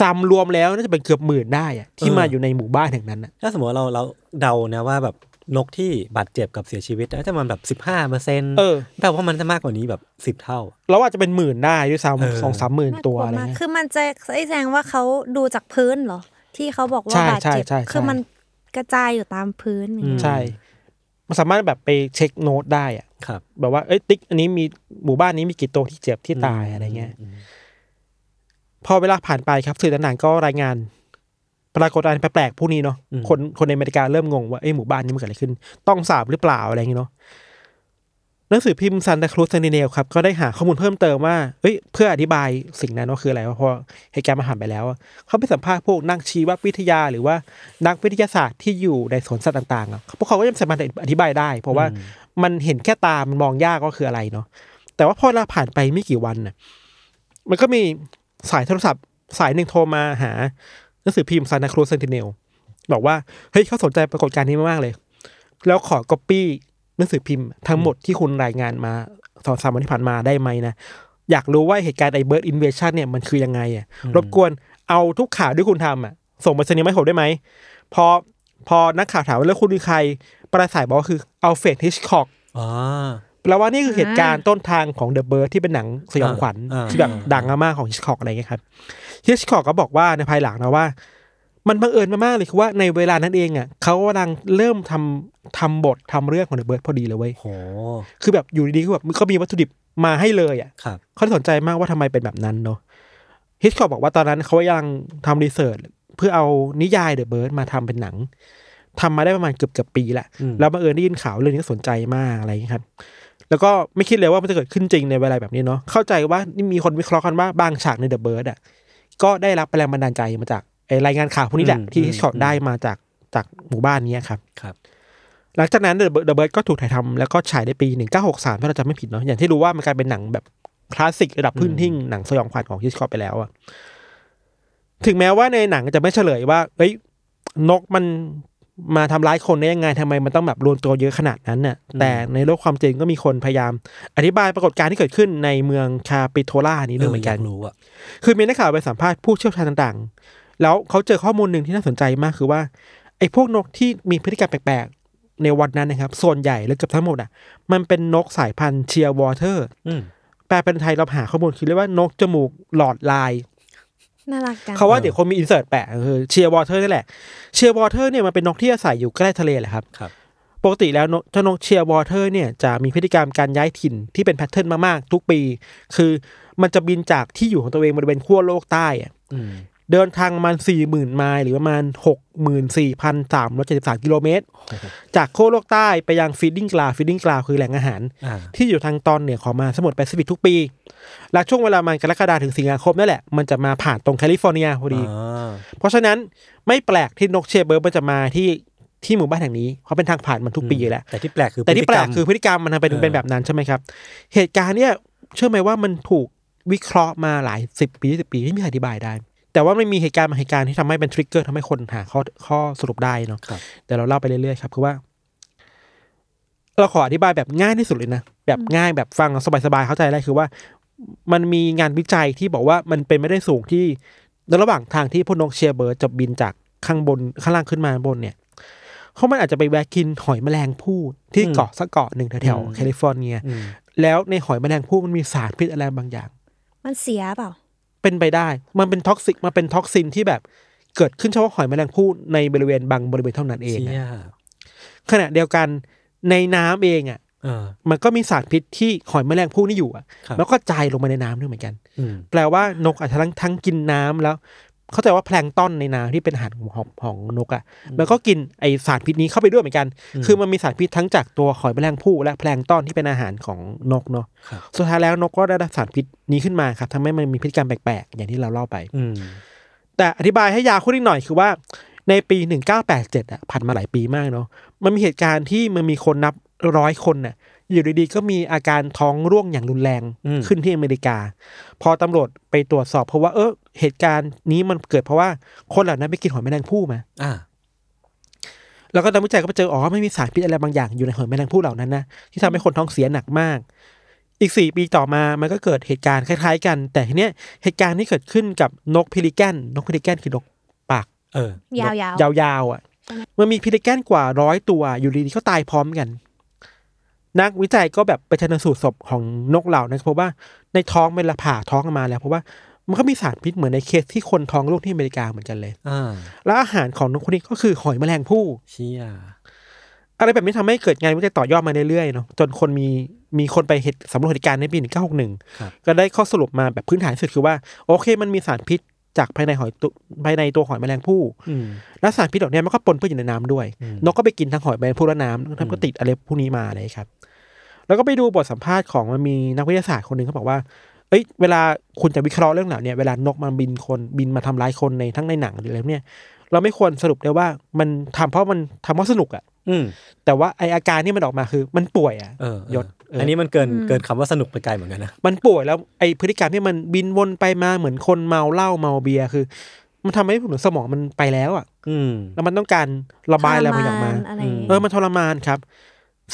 Speaker 3: ซ้ำรวมแล้วน่าจะเป็นเกือบหมื่นได้อ่ะที่
Speaker 4: เออ
Speaker 3: มาอยู่ในหมู่บ้านแห่งนั้นน่ะ
Speaker 4: ถ้าสมมติว่าเราเราเดานะว่าแบบนกที่บาดเจ็บกับเสียชีวิตน่าจะมันแบบสิบห้าเปอร์เซ็นต์
Speaker 3: เออ
Speaker 4: แปลว่ามันจะมากกว่านี้แบบสิบ10 เท่า
Speaker 3: เราอาจจะเป็นหมื่นได้ด้วย
Speaker 4: เออ
Speaker 3: ซ้ำสองสามหมื่น
Speaker 5: น่า
Speaker 3: ตัว
Speaker 5: กลั
Speaker 3: อะไร
Speaker 5: มาก
Speaker 3: เงี้ย
Speaker 5: คือมันจะไอ้แสดงว่าเขาดูจากพื้นเหรอ ที่เขาบอกว่า
Speaker 3: ใช่
Speaker 5: บาดเจ็บ
Speaker 3: ใช่ใช่
Speaker 5: คือมันกระจายอยู่ตามพื้นอย่างเงี้ย
Speaker 3: ใช่ มันสามารถแบบไปเช็คโน้ตได้อ่ะ
Speaker 4: ครับ
Speaker 3: แบบว่าเอ้ยติ๊กอันนี้มีหมู่บ้านนี้มีกี่ตัวที่เจ็บที่ตายอะไรเงี้ย
Speaker 4: มม
Speaker 3: พอเวลาผ่านไปครับสื่อต่างๆก็รายงาน ปรากฏการณ์แปลกๆพวกนี้เนาะคนคนในอเมริกาเริ่มงงว่าเอ้ยหมู่บ้านนี้มันเกิดอะไรขึ้น ต้องสาบหรือเปล่าอะไรเงี้ยเนาะหนังสือพิมพ์ซันตาครูซเซนติเนลครับก็ได้หาข้อมูลเพิ่มเติมว่าเอ้ยเพื่ออธิบายสิ่งนั้นว่าคืออะไรว่าพอเหตุการณ์มันผ่านไปแล้วอะเขาไปสัมภาษณ์พวกนักชีววิทยาหรือว่านักวิทยาศาสตร์ที่อยู่ในสวนสัตว์ต่างๆอะพวกเขาก็ยังสามารถอธิบายได้ เพราะว่ามันเห็นแค่ตามันมองยากว่าคืออะไรเนาะแต่ว่าพอเวลาผ่านไปไม่กี่วันน่ะ มันก็มีสายโทรศัพท์สายหนึ่งโทรมาหาหนังสือพิมพ์ซานาครูเซนติเนลบอกว่า เฮ้ยเขาสนใจปรากฏการณ์นี้มากๆเลย แล้วขอก๊อปปี้หนังสือพิมพ์ทั้งหมดที่คุณรายงานมาสองสามวันที่ผ่านมาได้ไหมนะ อยากรู้ว่าเหตุการณ์ไอเบิร์ดอินเวชันเนี่ยมันคือยังไงอ่ะรบกวนเอาทุกข่าวที่คุณทำอ่ะ ส่งมาเสนอมาให้ผมได้ไหม พอพอนักข่าวถามว่าแล้วคุณคือใคร ประสายบอกว่าคืออัลเฟรดฮิชคอก
Speaker 4: อ๋อ
Speaker 3: แปลว่านี่คือเหตุการณ์ต้นทางของ The Bird ที่เป็นหนังสยองขวัญ
Speaker 4: อ่าอ่า
Speaker 3: ที่แบบดังมากๆของฮิชคอกอะไรเงี้ยครับฮิชคอกก็บอกว่าในภายหลังนะว่า มันบังเอิญมากๆเลยคือว่าในเวลานั้นเองอ่ะเขากำลังเริ่มทำทำบททำเรื่องของเดอะเบิร์ดพอดีเลยเว้ย
Speaker 4: โห
Speaker 3: คือแบบอยู่ดีๆก็แบบเขามีวัตถุดิบมาให้เลยอ่ะ
Speaker 4: ครับ
Speaker 3: เขาสนใจมากว่าทำไมเป็นแบบนั้นเนาะฮิตคอ k บอกว่าตอนนั้นเขายังทำรีเสิร์ชเพื่อเอานิยายเดอะเบิร์ดมาทำเป็นหนังทำมาได้ประมาณเกือบเกือบปีแหละแล้วบังเอิญได้ยินข่าวเรื่องนี้ก็สนใจมากอะไรอย่างนี้ยครับ แล้วก็ไม่คิดเลยว่ามันจะเกิดขึ้นจริงในเวลาแบบนี้เนาะเข้าใจว่านี่มีคนวิเคราะห์กันว่าบางฉากในเดอะเบิร์ดอ่ะก็ได้รับแรงบันดาลใจมาจากไอ้รายงานข่าวพวกนี้แหละที่ฮิตคอ k ได้มาจากจากหมู่บ้านเนี้ยครับ
Speaker 4: ครับ
Speaker 3: หลังจากนั้นเดอะเบิร์ดก็ถูกถ่ายทำแล้วก็ฉายในปี 1963 ถ้าเราจำไม่ผิดเนาะอย่างที่รู้ว่ามันกลายเป็นหนังแบบคลาสสิกระดับพื้นทิ้งหนังสยองขวัญของฮิชคอกไปแล้วอะถึงแม้ว่าในหนังจะไม่เฉลยว่า เอ้ย นกมันมาทำร้ายคนได้ยังไงทำไมมันต้องแบบรวมตัวเยอะขนาดนั้นน่ะ แต่ในโลกความจริงก็มีคนพยายาม อธิบายปรากฏการณ์ที่เกิดขึ้นในเมืองคาปิโทล่านี้ด้วยเหมือนกัน
Speaker 4: รู้อ่ะ
Speaker 3: คือมีนักข่าวไปสัมภาษณ์ผู้เชี่ยวชาญต่างๆ แล้วเขาเจอข้อมูลหนึ่งที่น่าสนใจมากคือว่า ไอ้พวกนกที่มีพฤติกรรมแปลกๆ ในวันนั้นนะครับ ส่วนใหญ่หรือเกือบทั้งหมดอ่ะ มันเป็นนกสายพันธุ์เชียร์วอเตอร์
Speaker 4: อืม
Speaker 3: แปลเป็นไทยเราหาข้อมูลคือเรียกว่านกจมูกหลอดลาย
Speaker 5: น่ารักจัง
Speaker 3: เขาว่าเดี๋ยวคงมีอินเสิร์ตแปะคือเชียร์วอเตอร์นี่แหละเชียร์วอเตอร์เนี่ยมันเป็นนกที่อาศัยอยู่ใกล้ทะเลแหละครับ
Speaker 4: ครับ
Speaker 3: ปกติแล้วนกเจ้านกเชียร์วอเตอร์เนี่ยจะมีพฤติกรรมการย้ายถิ่นที่เป็นแพทเทิร์นมากๆ ทุกปี คือมันจะบินจากที่อยู่ของตัวเองบริเวณขั้วโลกใต้อะเดินทางประมาณสี่หมื่นไมล์หรือประมาณหกหมื่นสี่พันสามร้อยเจ็ดสิบสามกิโลเมตร จากขั้วโลกใต้ไปยังฟีดดิ้งกลาฟีดดิ้งกลาคือแหล่งอาหาร
Speaker 4: อ่า
Speaker 3: ที่อยู่ทางตอนเหนือของมหาสมุทรแปซิฟิกทุกปี และช่วงเวลามันกรกฎาถึงสิงหาคมนั่นแหละ มันจะมาผ่านตรงแคลิฟอร์เนียพอดี
Speaker 4: อ่า
Speaker 3: เพราะฉะนั้นไม่แปลกที่นกเชเบิร์ดมันจะมาที่ที่หมู่บ้านแห่งนี้เพราะเป็นทางผ่านมันทุกปีอยู่แล้ว
Speaker 4: แต่ที่แปลกคือ
Speaker 3: แต่ที่แปลกคือ
Speaker 4: พ
Speaker 3: พ
Speaker 4: ฤติรรม
Speaker 3: ฤติกรรมมันทำเป็น
Speaker 4: เออ
Speaker 3: เป็นแบบนั้นใช่ไหมครับ เหตุการณ์เนี่ยเชื่อไหมว่ามันถูกวิเคราะห์มาหลายสิบปีสิบปีไม่มีใครอธิบายได้ แต่ว่ามันมีเหตุการณ์บางเหตุการณ์ที่ทำให้เป็นทริกเกอร์ทำให้คนหาข้อข้อสรุปได้เนาะเดี๋ยวเราเล่าไปเรื่อยๆครับคือว่า เราขออธิบายแบบง่ายที่สุดเลยนะ แบบง่ายแบบฟังสบายๆเข้าใจได้คือว่า มันมีงานวิจัยที่บอกว่ามันเป็นไม่ได้สูงที่ในระหว่างทางที่พวกนกเชียร์เบิร์ดจะบินจากข้างบนข้างล่างขึ้นมาบนเนี่ย เพราะมันอาจจะไปแวะกินหอยแมลงภู่ที่เกาะสักเกาะหนึ่งแถวๆแคลิฟอร์เนีย แล้วในหอยแมลงภู่มันมีสารพิษอะไรบางอย่าง
Speaker 5: มันเสียเปล่า
Speaker 3: เป็นไปได้ มันเป็นท็อกซิก มันเป็นท็อกซินที่แบบเกิดขึ้นเฉพาะหอยแมลงภู่ในบริเวณบางบริเวณเท่านั้นเอง
Speaker 4: เชี่
Speaker 3: อะ
Speaker 4: ย
Speaker 3: ขณะเดียวกันในน้ำเองอ่ะ
Speaker 4: เออ
Speaker 3: มันก็มีสารพิษที่หอยแมลงภู่นี่อยู่อ่ะ
Speaker 4: ครับ
Speaker 3: แล้วก็จายลงมาในน้ำด้วยเหมือนกัน
Speaker 4: อืม
Speaker 3: แปลว่านกอาจจะทั้งทั้งกินน้ำแล้ว เข้าใจว่าแพลงก์ต้อนในน้ำที่เป็นอาหารของของของนกอะ่ะมันก็กินไอสารพิษนี้เข้าไปด้วยเหมือนกัน คือมันมีสารพิษทั้งจากตัวหอยแมลงภู่และแพลงก์ต้อนที่เป็นอาหารของนกเนาะ
Speaker 4: ครับ
Speaker 3: สุดท้ายแล้วนกก็ได้รับสารพิษนี้ขึ้นมาครับทำให้มันมีพฤติกรรมแปลกๆอย่างที่เราเล่าไป
Speaker 4: อืม
Speaker 3: แต่อธิบายให้ยาวขึ้นอีกหน่อยคือว่าในปี 1987อ่ะผ่านมาหลายปีมากเนาะมันมีเหตุการณ์ที่มันมีคนนับร้อยคนน่ะอยู่ดีๆก็มีอาการท้องร่วงอย่างรุนแรง
Speaker 4: อืม
Speaker 3: ขึ้นที่อเมริกา พอตำรวจไปตรวจสอบเพราะว่าเออเหตุการณ์นี้มันเกิดเพราะว่าคนเหล่านั้นไปกินหอยแมลงภู่มา
Speaker 4: อ่า
Speaker 3: แล้วก็นักวิจัยก็ไปเจออ๋อไม่มีสารพิษอะไรบางอย่างอยู่ในหอยแมลงภู่เหล่านั้นนะที่ทำให้คนท้องเสียหนักมาก อีกสี่ปีต่อมามันก็เกิดเหตุการณ์คล้ายๆกัน แต่ทีเนี้ยเหตุการณ์ที่เกิดขึ้นกับนกพิลิแกนนกพิลิแกนคือนกปาก
Speaker 4: เออ
Speaker 5: ยาวๆ
Speaker 3: ยาวๆอ่ะ มันมีพิลิแกนกว่าร้อยตัวอยู่ดีๆก็ตายพร้อมกัน นักวิจัยก็แบบไปชันสูตรศพของนกเหล่านั้นเพราะว่าในท้องเป็นละผ่าท้องออกมาแล้ว เพราะว่ามันก็มีสารพิษเหมือนในเคสที่คนท้องลูกที่อเมริกาเหมือนกันเลย
Speaker 4: อ่า
Speaker 3: แล้วอาหารของนกคนนี้ก็คือหอยแมลงภู่
Speaker 4: เชี่ย
Speaker 3: อะไรแบบนี้ทำให้เกิดงานวิจัยต่อยอดมาเรื่อยๆเนาะจนคนมีมีคนไปเหตุสำรวจเหตุการณ์ในปี 1961 ก็ได้ข้อสรุปมาแบบพื้นฐานสุดคือว่า โอเค มันมีสารพิษจากภายในหอยตุภายในตัวหอยแมลงภู่
Speaker 4: อืม
Speaker 3: แล้วสารพิษเหล่านี้มันก็ปนเปื้อนอยู่ในน้ำด้วย นกก็ไปกินทั้งหอยแมลงภู่และน้ำทั้งก็ติดอะไรพวกนี้มาเลยครับ แล้วก็ไปดูบทสัมภาษณ์ของมันมีนักวิทยาศาสตร์คนหนึ่งเขาบอกว่า เอ้ย เวลาคุณจะวิเคราะห์เรื่องเหล่าเนี้เวลานกมันบินคนบินมาทำร้ายคนในทั้งในหนังหรืออะไรเนี่ย เราไม่ควรสรุปได้ว่ามันทำเพราะมันทำเพราะสนุกอะ
Speaker 4: อืม
Speaker 3: แต่ว่าไออาการที่มันออกมาคือมันป่วยอ่ะ
Speaker 4: เออย ย
Speaker 3: ศ
Speaker 4: ศ
Speaker 3: เอออั
Speaker 4: อัน
Speaker 3: นนี้
Speaker 4: นี้มันเกิน เกินคำว่าสนุกไปไกลเหมือนกันนะ
Speaker 3: มันป่วยแล้วไอพฤติกรรมที่มันบินวนไปมาเหมือนคนเมาเหล้าเมาเบียร์คือ มันทำให้ผลสมองมันไปแล้วอ่ะ
Speaker 4: อืม
Speaker 3: แล้วมันต้องการระบายอะไรบางอย่างมา
Speaker 5: ทรนอะไรอย่างเงี้ย
Speaker 3: เออมันทรมานครับ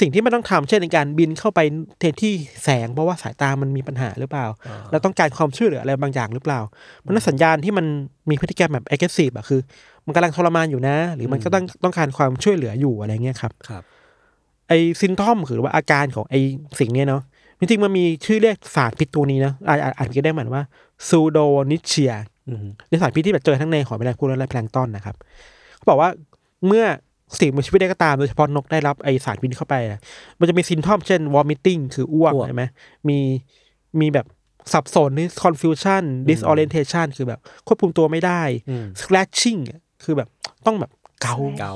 Speaker 3: สิ่งที่มันต้องทำเช่นในการบินเข้าไปเทที่แสงเพราะว่าสายตามันมีปัญหาหรือเปล่า แล้วต้องการความช่วยเหลืออะไรบางอย่างหรือเปล่า มันเป็นสัญญาณที่มันมีพฤติกรรมแบบ aggressive อะคือ มันกำลังทรมานอยู่นะ หรือมันก็ต้องต้องการความช่วยเหลืออยู่อะไรเงี้ยครับ
Speaker 4: ครับ
Speaker 3: ไอซินทอมหรือว่าอาการของไอสิ่งเนี้ยเนาะจริงๆมันมีชื่อเรียกศาสตร์พิษตัวนี้นะอ่านอ่านอ่านผิดก็ได้เหมือนว่าซูโดนิเชีย
Speaker 4: อืม
Speaker 3: ในสารพิษที่แบบเจอทั้งในหอยแมลงภู่และแพลงก์ตอนนะครับเขาบอกว่าเมื่อสิ่งมีชีวิตใดก็ตามโดยเฉพาะนกได้รับไอสารพิษเข้าไปอะมันจะมีซินทอมเช่นวอมิติ้งคืออ้วก
Speaker 4: อ้วก
Speaker 3: ใช่ไหมมีมีแบบสับสนนี่ confusion disorientation คือแบบควบคุมตัวไม่ได้
Speaker 4: อืม
Speaker 3: scratching อะคือแบบต้องแบบเกา
Speaker 4: เกา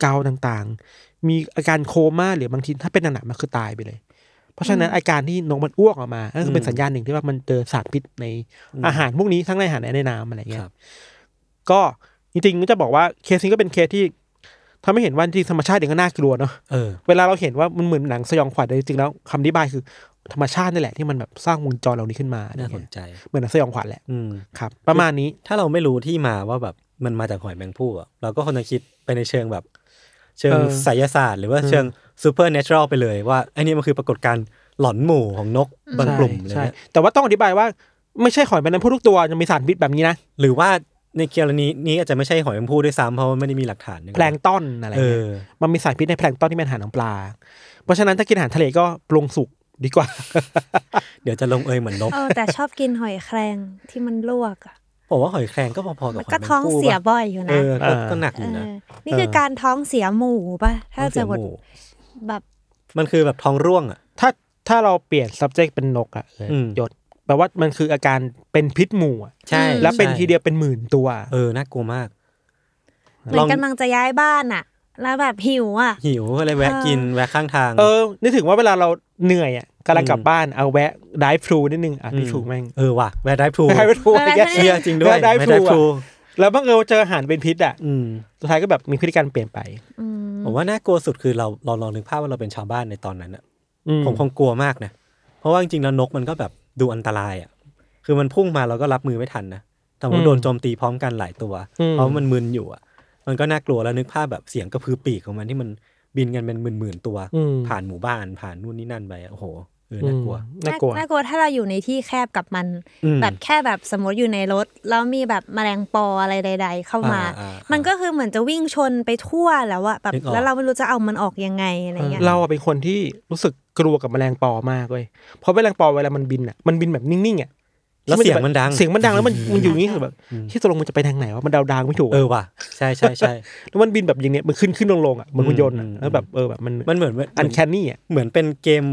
Speaker 3: เกาต่างๆ มีอาการโคม่าหรือบางทีถ้าเป็นหนักๆมันคือตายไปเลย เพราะฉะนั้นอาการที่นกมันอ้วกออกมานั่นคือเป็นสัญญาณหนึ่งที่ว่ามันเจอสารพิษในอาหารพวกนี้ทั้งในอาหารและในน้ำอะไรเงี้
Speaker 4: ค
Speaker 3: ย
Speaker 4: รับ
Speaker 3: ก็จริงๆก็จะบอกว่าเคสนี้ก็เป็นเคสที่ทำให้เห็นว่าจริงๆธรรมชาติเองก็น่ากลัวเนาะ
Speaker 4: เออ
Speaker 3: เวลาเราเห็นว่ามันเหมือนหนังสยองขวัญแต่จริงๆแล้วคำอธิบายคือธรรมชาตินี่แหละที่มันแบบสร้างวงจรเหล่านี้ขึ้นมา
Speaker 4: น่าสน
Speaker 3: เนี่ย
Speaker 4: ใจ
Speaker 3: เหมือนหนังสยองขวัญแหละ
Speaker 4: อืม
Speaker 3: ครับ ประมาณนี้
Speaker 4: ถ้าเราไม่รู้ที่มาว่าแบบมันมาจากหอยแมงผู้อะเราก็คงจะคิดไปในเชิงแบบ เชิง
Speaker 3: เออ
Speaker 4: ไสยศาสตร์ หรือว่าเชิงซูเปอร์เนเชอรัลไปเลยว่าไอ้นี่มันคือปรากฏการณ์หลอนหมู่ของนกบางกลุ่มเลยนะ
Speaker 3: ใช่ใช่แต่ว่าต้องอธิบายว่าไม่ใช่หอยแมลงภู่ทุกตัวจะมีสารพิษแบบนี้นะ
Speaker 4: หรือว่าในกรณีนี้อาจจะไม่ใช่หอยแมงผู้ด้วยซ้ำเพราะมันไม่ได้มีหลักฐาน
Speaker 3: แพลงก์ต้อนอะไร
Speaker 4: เอ
Speaker 3: เงี้ย
Speaker 4: อ
Speaker 3: มันมีสารพิษในแพลงก์ต้อนที่เป็นอาหารของปลา เพราะฉะนั้นถ้ากินอาหารทะเลก็ปรุงสุกดีกว่า
Speaker 4: เดี๋ยวจะลงเอยเหมือนนก
Speaker 5: เออแต่ชอบกินหอยแครงที่มันลวกอะ
Speaker 4: ผมว่าหอยแครงก็พอๆกับ
Speaker 5: มัน
Speaker 4: หอย
Speaker 5: ก็
Speaker 4: แมง
Speaker 5: ท้อง
Speaker 4: ผู้
Speaker 5: เสีย
Speaker 4: ปะ
Speaker 5: บ่อยอยู่
Speaker 4: เออ
Speaker 5: นะ
Speaker 4: ก็ก็หนักอ
Speaker 5: เอยู่
Speaker 4: นะ
Speaker 5: อนี่คือการท้องเสียหมูป่ะ ถ้าจะ
Speaker 4: ท้องเสียหมู่
Speaker 5: แบบ
Speaker 4: มันคือแบบท้องร่วงอ่ะ
Speaker 3: ถ้าถ้าเราเปลี่ยน subject เป็นนกอะเอออ
Speaker 4: ม
Speaker 3: ยศแปลว่ามันคืออาการเป็นพิษหมู่อะ
Speaker 4: ใช่
Speaker 3: แล้วเป็น
Speaker 4: ใช่
Speaker 3: ทีเดียวเป็นหมื่นตัว
Speaker 4: เออน่ากลัวมาก
Speaker 5: เหมือนกำลังจะย้ายบ้านอะแล้วแบบหิวอะ
Speaker 4: หิวก็เลยแวะกินแวะข้างทาง
Speaker 3: เออนึกถึงว่าเวลาเราเหนื่อยอะกำลังกลับ
Speaker 4: อืม
Speaker 3: บ้านเอาแวะดิฟลูนิดนึงอ่ะที่ถูกแม่ง
Speaker 4: เออว่ะแวะได้ พลู
Speaker 3: ดิฟลูอะไรเงี้ย
Speaker 4: เชียจริงด้วย
Speaker 3: แวะ drive
Speaker 4: แวะ
Speaker 3: thru
Speaker 4: ได้พลู
Speaker 3: อะแล้วบังเอิญเจออาหารเป็นพิษอ่ะ
Speaker 4: อืม
Speaker 3: สุดท้ายก็แบบมีพฤติกรรมเปลี่ยนไป
Speaker 5: อืม
Speaker 4: ผมว่าน่ากลัวสุดคือเราเราลองนึกภาพว่าเราเป็นชาวบ้านในตอนนั้นอะ
Speaker 3: อื
Speaker 4: ผมคงกลัวมากนะเพราะว่าจริงๆแล้วนกมันก็แบบดูอันตรายอะคือมันพุ่งมาเราก็รับมือไม่ทันนะแต่ว่าโดนโจมตีพร้อมกันหลายตัว
Speaker 3: อืม
Speaker 4: เพราะมันมึนอยู่อะมันก็น่ากลัวแล้วนึกภาพแบบเสียงกระพือปีกของมันที่มันบินกันเป็นหมื่นๆตัว
Speaker 3: อืม
Speaker 4: ผ่านหมู่บ้านผ่านนู่นนี่นั่นไปอะโอ้โหเออน่ากลัว
Speaker 3: อืมน่ากลัว
Speaker 5: น่ากลัวถ้าเราอยู่ในที่แคบกับมัน
Speaker 4: อืม
Speaker 5: แบบแค่แบบสมมติอยู่ในรถ แล้วมีแบบแมลงปออะไรใด ๆ เข้ามา
Speaker 4: อ่าอ่าอ่ามั
Speaker 5: มันก็คือเหมือนจะวิ่งชนไปทั่วแล้วอะแบบ
Speaker 4: นึกออก
Speaker 5: แล้วเราไม่รู้จะเอามันออกยังไงอะไรเงี้ย
Speaker 3: เราอะเป็นคนที่รู้สึกกลัวกับแมลงปอมากเว้ยเพราะแมลงปอเวลามันบินอ่ะมันบินแบบนิ่งๆอ่ะ
Speaker 4: แล้วเสียงมันดัง
Speaker 3: เสียงมันดังแล้วมันมันอยู่อย่างนี้คือแบบที่ตกลงมันจะไปทางไหนวะมันเดาดางไม่ถูก
Speaker 4: เอ
Speaker 3: อะ
Speaker 4: อว่ะใช่ใช่ใช่
Speaker 3: แล้วมันบินแบบอย่างเนี้ยมันขึ้นขึ้นลงลงๆอ่ะเหมือนหุ่นยนต์อะ
Speaker 4: อืม
Speaker 3: แล้วแบบเออแบบมัน
Speaker 4: มันเหมือนว่า
Speaker 3: อันแคนี่อ่ะ
Speaker 4: เหมือนเป็นเกม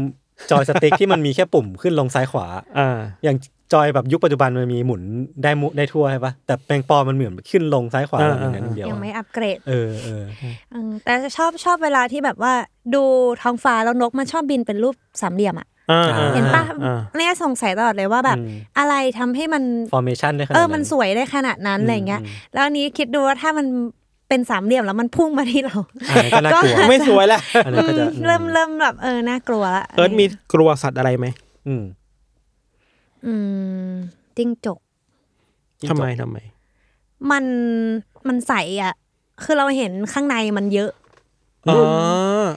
Speaker 4: จอยสติ๊ก ที่มันมีแค่ปุ่มขึ้นลงซ้ายขวา
Speaker 3: อ่า
Speaker 4: อย่างจอยแบบยุคปัจจุบันมันมีหมุนได้มุได้ทั่วใช่ปะแต่แปลงปอมันเหมือนขึ้นลงซ้ายขวาเหมือนนั้นเดียว
Speaker 5: ยังไม่อัปเกรด
Speaker 4: เออเออ
Speaker 5: อืมแต่ชอบชอบเวลาที่แบบว่าดูท้องฟ้าแล้วนกมันชอบบินเป็นรูปสามเหลี่ยมอะ
Speaker 3: อ่า
Speaker 5: เห็นปะ
Speaker 3: อ่า
Speaker 5: เนี่ยสงสัยตลอดเลยว่าแบบ อะไรทำให้มัน
Speaker 4: ฟอร์เมชันได้ขนาด
Speaker 5: เอ
Speaker 4: นั้
Speaker 5: อ มันสวยได้ขนาดนั้นอะไรเงี้ย แล้วอันนี้คิดดูว่าถ้ามันเป็นสามเหลี่ยมแล้วมันพุ่งมาที่เรา
Speaker 4: อันนั้นก็น่ากลัว
Speaker 5: ก็
Speaker 3: ไม่สวย ละ
Speaker 4: อันนั้นก็จะ
Speaker 5: เริ่มเริ่มแบบเออน่ากลัวละ
Speaker 3: เอิร์ธมีกลัวสัตว์อะไรไหม
Speaker 4: อืม
Speaker 5: อืมจิ้งจก
Speaker 3: ทำไมทำไม
Speaker 5: มันมันใสอ่ะ คือเราเห็นข้างในมันเยอะ
Speaker 3: อ๋อ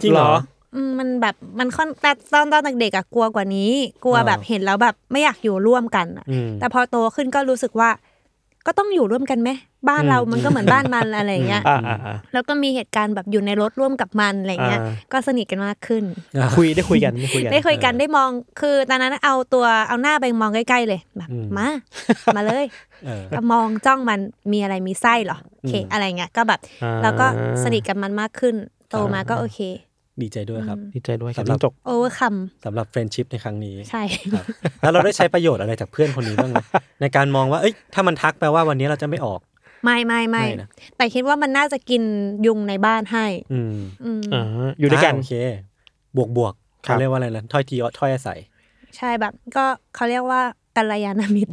Speaker 4: จริงเหรอ
Speaker 5: อืมมันแบบมันค่อนแต่ตอนตอนเด็กๆอะกลัวกว่านี้ กลัว
Speaker 4: อ่า
Speaker 5: แบบเห็นแล้วแบบไม่อยากอยู่ร่วมกันอะ
Speaker 4: อืม
Speaker 5: แต่พอโตขึ้นก็รู้สึกว่า ก็ต้องอยู่ร่วมกันไหมบ้านเรามันก็เหมือนบ้านมันอะไรอย่างเงี้ย
Speaker 3: อ่าอ่าอ่า
Speaker 5: แล้วก็มีเหตุการณ์แบบอยู่ในรถร่วมกับมันอะไรอย่างเงี้ย
Speaker 3: อ่า
Speaker 5: ก็สนิทกันมากขึ้น
Speaker 3: คุยได้คุยกันได้คุยกัน
Speaker 5: ได้คุยกันได้มองคือตอนนั้นเอาตัวเอาหน้าไปมองใกล้ๆเลยแบบ
Speaker 4: อืม
Speaker 5: มา มาเลย
Speaker 4: เออ
Speaker 5: ก็มองจ้องมันมีอะไรมีไส้เหรอโอเค
Speaker 4: อืม
Speaker 5: อะไรเงี้ยก็แบบเราก็สนิทกับมันมากขึ้น โตมาก็โอเค
Speaker 4: ดีใจด้วยครับ
Speaker 3: ดีใจด้วยครับ
Speaker 4: สำหรับ
Speaker 3: จิ้งจก
Speaker 5: โอเวอร์คัม
Speaker 4: สำหรับเฟรนชิพในครั้งนี้
Speaker 5: ใช่
Speaker 4: ครับแล้วเราได้ใช้ประโยชน์อะไรจากเพื่อนคนนี้บ้างไหม ในการมองว่าเอ้ยถ้ามันทักแปลว่าวันนี้เราจะไม่ออก
Speaker 5: ไม่ไม่ไม่
Speaker 4: ไม่นะ
Speaker 5: แต่คิดว่ามันน่าจะกินยุงในบ้านให้
Speaker 4: อืม
Speaker 5: อืม
Speaker 3: อ่าอยู่ด้วยกัน
Speaker 4: าโอเค บวกบวก
Speaker 3: ครั
Speaker 4: เขา
Speaker 3: บ
Speaker 4: เรียกว่าอะไรนะถ้อยทีถ้อยอาศัย
Speaker 5: ใช่แบบก็เขาเรียกว่ากัลยาณมิตร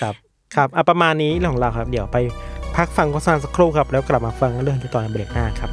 Speaker 4: ครับ
Speaker 3: ครับอ่ะประมาณนี้เรื่องของเราครับ เดี๋ยวไปพักฟังโฆษณาสักครู่ครับ แล้วกลับมาฟังเรื่องในตอนเบรกหน้าครับ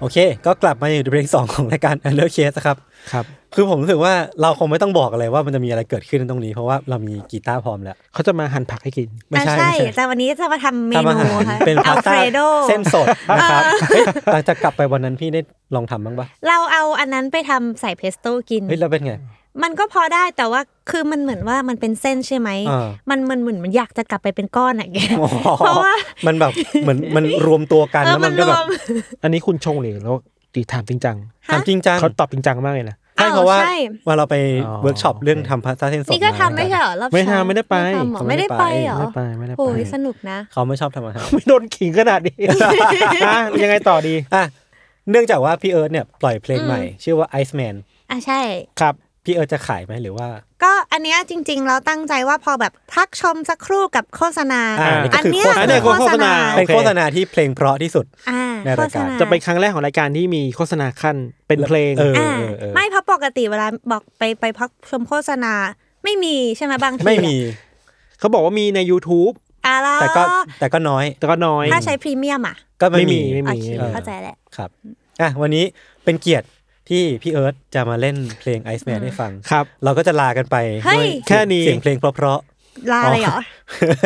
Speaker 4: โอเค ก็กลับมาอยู่ในเบรกสองของรายการ Under Case นะครับ
Speaker 3: ครับ
Speaker 4: คือผมรู้สึกว่าเราคงไม่ต้องบอกอะไรว่ามันจะมีอะไรเกิดขึ้นในตรงนี้ เพราะว่าเรามีกีตาร์พร้อมแล้ว
Speaker 3: เขาจะมาหั่นผักให้กิน
Speaker 4: ไม่ใช่
Speaker 5: อ่ะใช่
Speaker 4: ไม่ใช่
Speaker 5: แต่วันนี้จะมาทำเม
Speaker 4: ทำอา
Speaker 5: นู
Speaker 4: หาร
Speaker 5: ค่ะ
Speaker 4: เป็นพา
Speaker 5: อัล
Speaker 4: ส
Speaker 5: เฟ
Speaker 4: ต้าร
Speaker 5: โด
Speaker 4: เส้นสดนะครับเฮ้ยหลังจากกลับไปวันนั้นพี่ได้ลองทำบ้างปะ
Speaker 5: เราเอาอันนั้นไปทำใส่เพสโต้กิน
Speaker 4: เฮ้ยแล้วเป็นไง
Speaker 5: มันก็พอได้แต่ว่าคือมันเหมือนว่ามันเป็นเส้นใช่ไหม
Speaker 4: อ่ามั
Speaker 5: มันมันเหมือนมันอยากจะกลับไปเป็นก้อนอะแก
Speaker 4: อ๋อ
Speaker 5: เพราะว่า
Speaker 4: นแบบเหมือนมันรวมตัวกัน
Speaker 5: เออ
Speaker 4: แล้ว
Speaker 5: มั
Speaker 4: มัน น
Speaker 5: ร
Speaker 4: ก็แบ
Speaker 5: ว
Speaker 4: บ
Speaker 5: ม
Speaker 3: อันนี้คุณชงหรือแล้วตีถามจริงจัง
Speaker 4: ทำจริงจัง
Speaker 3: เขาตอบจริงจังมากเลยนะ
Speaker 4: ใช่
Speaker 5: อ้าว
Speaker 4: เพราะว่า
Speaker 5: ใช่
Speaker 4: ว่าเราไป
Speaker 3: อ๋อ
Speaker 4: เวิร์กช็อปเรื่องทำพาสต้าเส้นสด
Speaker 5: นี่ก็ทำ
Speaker 4: า
Speaker 5: ไม่ใช่เหรอรอบ
Speaker 3: ไม่
Speaker 5: เช้า
Speaker 3: ทำไม่ได้ไป
Speaker 5: ทำเหรอ
Speaker 4: ไม่
Speaker 5: ไม่
Speaker 4: ได้
Speaker 5: ได้
Speaker 4: ไป
Speaker 5: ไปเหรอ
Speaker 3: ไม่ได้ไปไม่ได้ไป
Speaker 5: โอ้ยสนุกนะ
Speaker 4: เขาไม่ชอบทำอาหาร
Speaker 3: ไม่โดนขิงขนาดนี้ อ่ะยังไงต่อดี
Speaker 4: อ่ะเนื่องจากว่าพี่เอิร์ธเนี่ยปล่อยเพลงใหม่
Speaker 5: อืม
Speaker 4: ชื่อว่า Iceman
Speaker 5: อ่ะใช่
Speaker 3: ครับ
Speaker 4: พี่เอิร์ธจะขายไหมหรือว่า
Speaker 5: ก็อันเนี้ยจริงๆ เราตั้งใจว่าพอแบบพักชมสักครู่กับโฆษณา
Speaker 4: อ่านี่ก็คือ
Speaker 5: เนี้ย
Speaker 4: โฆษณา
Speaker 5: คือโฆษณา
Speaker 3: อ่ะ
Speaker 4: เป็น
Speaker 3: โอเค
Speaker 4: โฆษณาที่เพลงเพราะที่สุด
Speaker 5: อ่า
Speaker 4: ใน
Speaker 5: โฆ
Speaker 4: ราย
Speaker 5: ษ
Speaker 4: การ
Speaker 5: ณา
Speaker 3: จะเป็นครั้งแรกของรายการที่มีโฆษณาขั้นเป็นเพลง
Speaker 4: เออ
Speaker 5: อ่า
Speaker 4: เออ
Speaker 5: ไม่เพราะปกติเวลาบอกไปไปพักชมโฆษณาไม่มีใช่ไหมบางที
Speaker 4: ไม่มี
Speaker 3: เขาบอกว่ามีใน YouTube
Speaker 5: อ่ะแล้ว
Speaker 4: แต่ก็แต่ก็น้อย
Speaker 3: แต่ก็น้อย
Speaker 5: ถ้าใช้พรีเมียมอ่ะ
Speaker 4: ก็ไม่
Speaker 3: ไม่มี
Speaker 4: มี
Speaker 3: ไม่มี
Speaker 5: โอเค
Speaker 4: เออ
Speaker 5: เข้าใจแหละ
Speaker 4: ครับอ่ะวันนี้เป็นเกียรติที่พี่เอิร์ธจะมาเล่นเพลง Iceman ให้ฟัง
Speaker 3: ครับ
Speaker 4: เราก็จะลากันไปด้วย
Speaker 3: แค่นี้
Speaker 4: เสียงเพลงเพราะ
Speaker 5: ลาเลยเหรอ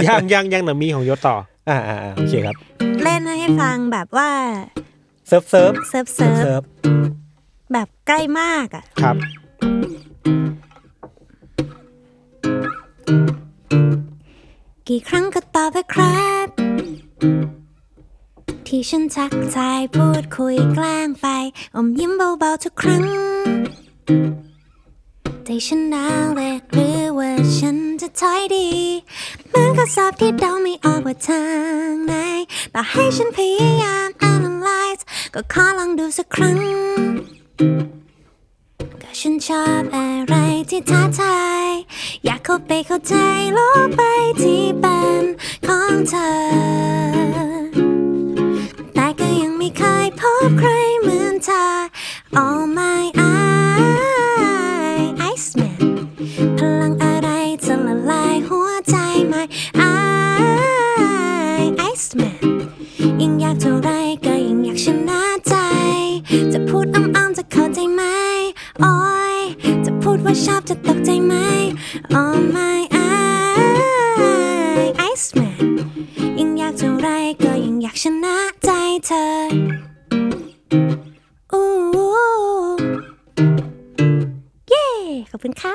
Speaker 3: ยังยังยังแต่มีของยศต่อ
Speaker 4: ๆอ่าอ่าอ่าโอเคครับ
Speaker 5: เล่นให้ฟังแบบว่า
Speaker 4: เซิร์ฟเซิร์ฟ
Speaker 5: เซิร์ฟเซิร์ฟ
Speaker 4: เซิร์ฟ
Speaker 5: แบบใกล้มากอ่ะ
Speaker 3: ครับ
Speaker 5: กี่ครั้งก็ตอบไปครับ ที่ฉันทักทายพูดคุยแกล้งไป อมยิ้มเบาๆทุกครั้งแต่ฉันน่าเล็กหรือว่าฉันจะถอยดีเหมือนข้อสอบที่เดาไม่ออกว่าทางไหนแต่อให้ฉันพยายาม analyze ก็ขอลองดูสักครั้ง ก็ฉันชอบอะไรที่ท้าทาย อยากเข้าไปเข้าใจโลกใบที่เป็นของเธอ แต่ก็ยังไม่เคยพบใครเหมือนเธอ All my eye Iceman พลังอะไรจะละลายหัวใจ My eye Iceman ยิ่งอยากเท่าไรก็ยิ่งอยากชนะใจ จะพูดอ้อมๆจะเข้าใจไหมโอ้ยจะพูดว่าชอบจะตกใจไหม Oh my eye Iceman ยิ่งอยากเท่าไรก็ยิ่งอยากชนะใจเธออู้เย้ขอบคุณค่ะ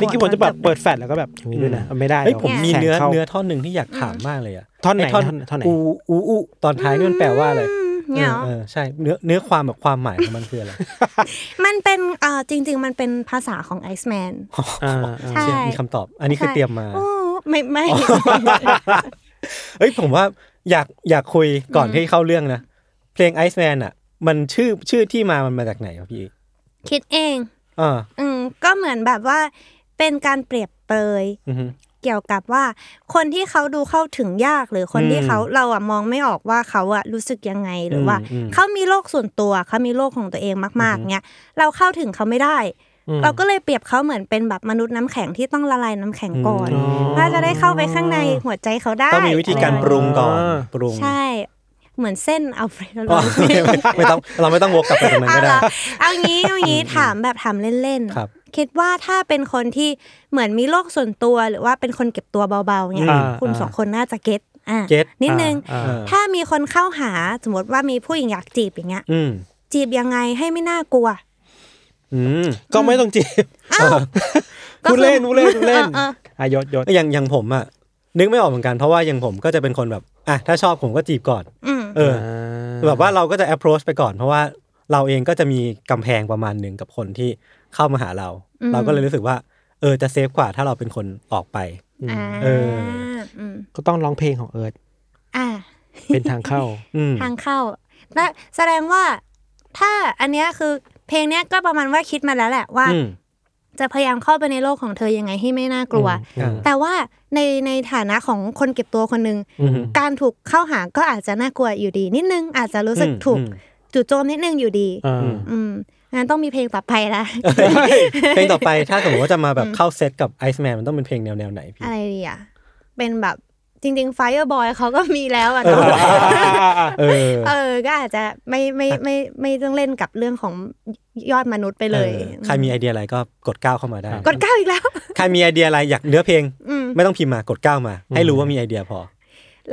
Speaker 3: นี่คือผมจะแบบเปิดแฟลชแล้วก็แบบอย่างนี้ด้วยนะเอาไม่ได้
Speaker 4: เฮ้ย
Speaker 3: หรอก
Speaker 4: ผมมี
Speaker 3: แสง
Speaker 4: เนื้อ
Speaker 3: ข้า
Speaker 4: เนื้อท่อนหนึ่งที่อยากถามมากเลยอะ
Speaker 3: ท่อนไหน
Speaker 4: อ้
Speaker 3: ท่อนท่อนไหน
Speaker 4: อูอูอูตอนท้ายนี่มันแปลว่าอะไร
Speaker 5: เนี่ยเหรอ
Speaker 4: เออใช่เนื้อเนื้อความแบบความหมายของมันคืออะไร
Speaker 5: มันเป็นเอ่อจริง ๆ มันเป็นภาษาของไอซ์แมน
Speaker 3: อ่าอ่า
Speaker 5: ใช่
Speaker 4: เชี่ยมีคำตอบ อันนี้คือเตรียมมา
Speaker 5: โอ้ไม่ไม่
Speaker 4: เอ้ยผมว่าอยากอยากคุยก่อนที่เข้าเรื่องนะ เพลง Iceman อ่ะ มันชื่อชื่อที่มามันมาจากไหนครับพี่เอก
Speaker 5: คิดเอง
Speaker 4: อ่า
Speaker 5: อืมก็เหมือนแบบว่าเป็นการเปรียบเปรย
Speaker 4: อือฮึ
Speaker 5: เกี่ยวกับว่า คนที่เขาดูเข้าถึงยากหรือคน
Speaker 4: อืม
Speaker 5: ที่เขาเราอะมองไม่ออกว่าเขาอะรู้สึกยังไงหรือว่า
Speaker 4: อืม
Speaker 5: เขามีโลกส่วนตัวเขามีโลกของตัวเองมากๆเนี่ยเราเข้าถึงเขาไม่ได้ เราก็เลยเปรียบเขาเหมือนเป็นแบบมนุษย์น้ำแข็งที่ต้องละลายน้ำแข็งก่อนเพื่อจะได้เข้าไปข้างในหัวใจเขาได้
Speaker 4: ต้องมีวิธีการปรุงก่อนปรุง
Speaker 5: ใช่ เหมือนเส้นเอาไปแล้ว
Speaker 4: อ๋อ ไม่ต้องเราไม่ต้องวกกลับไปตรงนั้นก็ได้
Speaker 5: เอาล่ะเอางี้เอางี้ถามแบบถามเล่น
Speaker 4: ครับ
Speaker 5: คิดว่าถ้าเป็นคนที่เหมือนมีโรคส่วนตัวหรือว่าเป็นคนเก็บตัวเบาๆเนี่ย
Speaker 3: อ่า
Speaker 5: คุณ
Speaker 3: อ่า
Speaker 5: สองคนน่าจะเก็ตอ่ะ
Speaker 4: เก็ต
Speaker 5: นิดนึง
Speaker 3: อ่า
Speaker 4: เออ
Speaker 5: ถ้ามีคนเข้าหาสมมติว่ามีผู้หญิงอยากจีบอย่างเงี้ย
Speaker 4: อืม
Speaker 5: จีบยังไงให้ไม่น่ากลัว
Speaker 4: อืม
Speaker 3: ก็ไม่ต้องจีบ
Speaker 5: อ้าวก็
Speaker 3: พู
Speaker 5: คือ
Speaker 3: ดเล่นพูดเล่นพูดเล่น
Speaker 5: เออเออ
Speaker 3: อ่ะยศยศ
Speaker 4: อย่างอย่างผมอ่ะนึกไม่ออกเหมือนกันเพราะว่าอย่างผมก็จะเป็นคนแบบอ่ะถ้าชอบผมก็จีบก่อน
Speaker 5: อืม
Speaker 4: เออ แบบว่าเราก็จะ approach ไปก่อนเพราะว่าเราเองก็จะมีกำแพงประมาณหนึ่งกับคนที่เข้ามาหาเรา เราก็เลยรู้สึกว่า เออจะเซฟกว่าถ้าเราเป็นคนออกไป
Speaker 5: อ่า
Speaker 4: เออ
Speaker 5: อืม
Speaker 3: ก็ต้องร้องเพลงของเอิร์ธ
Speaker 5: อ่า
Speaker 3: เป็นทางเข้า
Speaker 4: อืม
Speaker 5: ทางเข้าและแสดงว่าถ้าอันเนี้ยคือเพลงเนี้ยก็ประมาณว่าคิดมาแล้วแหละว่า
Speaker 4: อืม
Speaker 5: จะพยายามเข้าไปในโลกของเธอยังไงให้ไม่น่ากลัว
Speaker 4: อืม
Speaker 5: แต่ว่าในในฐานะของคนเก็บตัวคนหนึ่งการถูกเข้าหาก็อาจจะน่ากลัวอยู่ดี นิดนึงอาจจะรู้สึกถูก
Speaker 4: อืม
Speaker 5: จู่โจมนิดนึงอยู่ดี
Speaker 3: อ่า
Speaker 5: อืมงั้นต้องมีเพลงปรับภัย ละ
Speaker 4: เพลงต่อไปถ้าสมมติว่าจะมาแบบเข้าเซตกับไอซ์แมนมันต้องเป็นเพลงแนวแนวๆไหนพี่
Speaker 5: อะไรดีอ่ะเป็นแบบ จริงๆ Fireboy เขาก็มีแล้วอะเนาะ
Speaker 4: เออ
Speaker 5: เออ ก็อาจจะไม่ไม่ไม่ไม่ไม่ต้องเล่นกับเรื่องของยอดมนุษย์ไปเลย
Speaker 4: เออใครมีไอเดียอะไรก็กดก้าวเข้ามาได้
Speaker 5: กดเก้าอีกแล้ว
Speaker 4: ใครมีไอเดียอะไรอยากเนื้อเพลง
Speaker 5: อืม
Speaker 4: ไม่ต้องพิมพ์มากดก้าวมา ให้รู้ว่ามีไอเดียพอ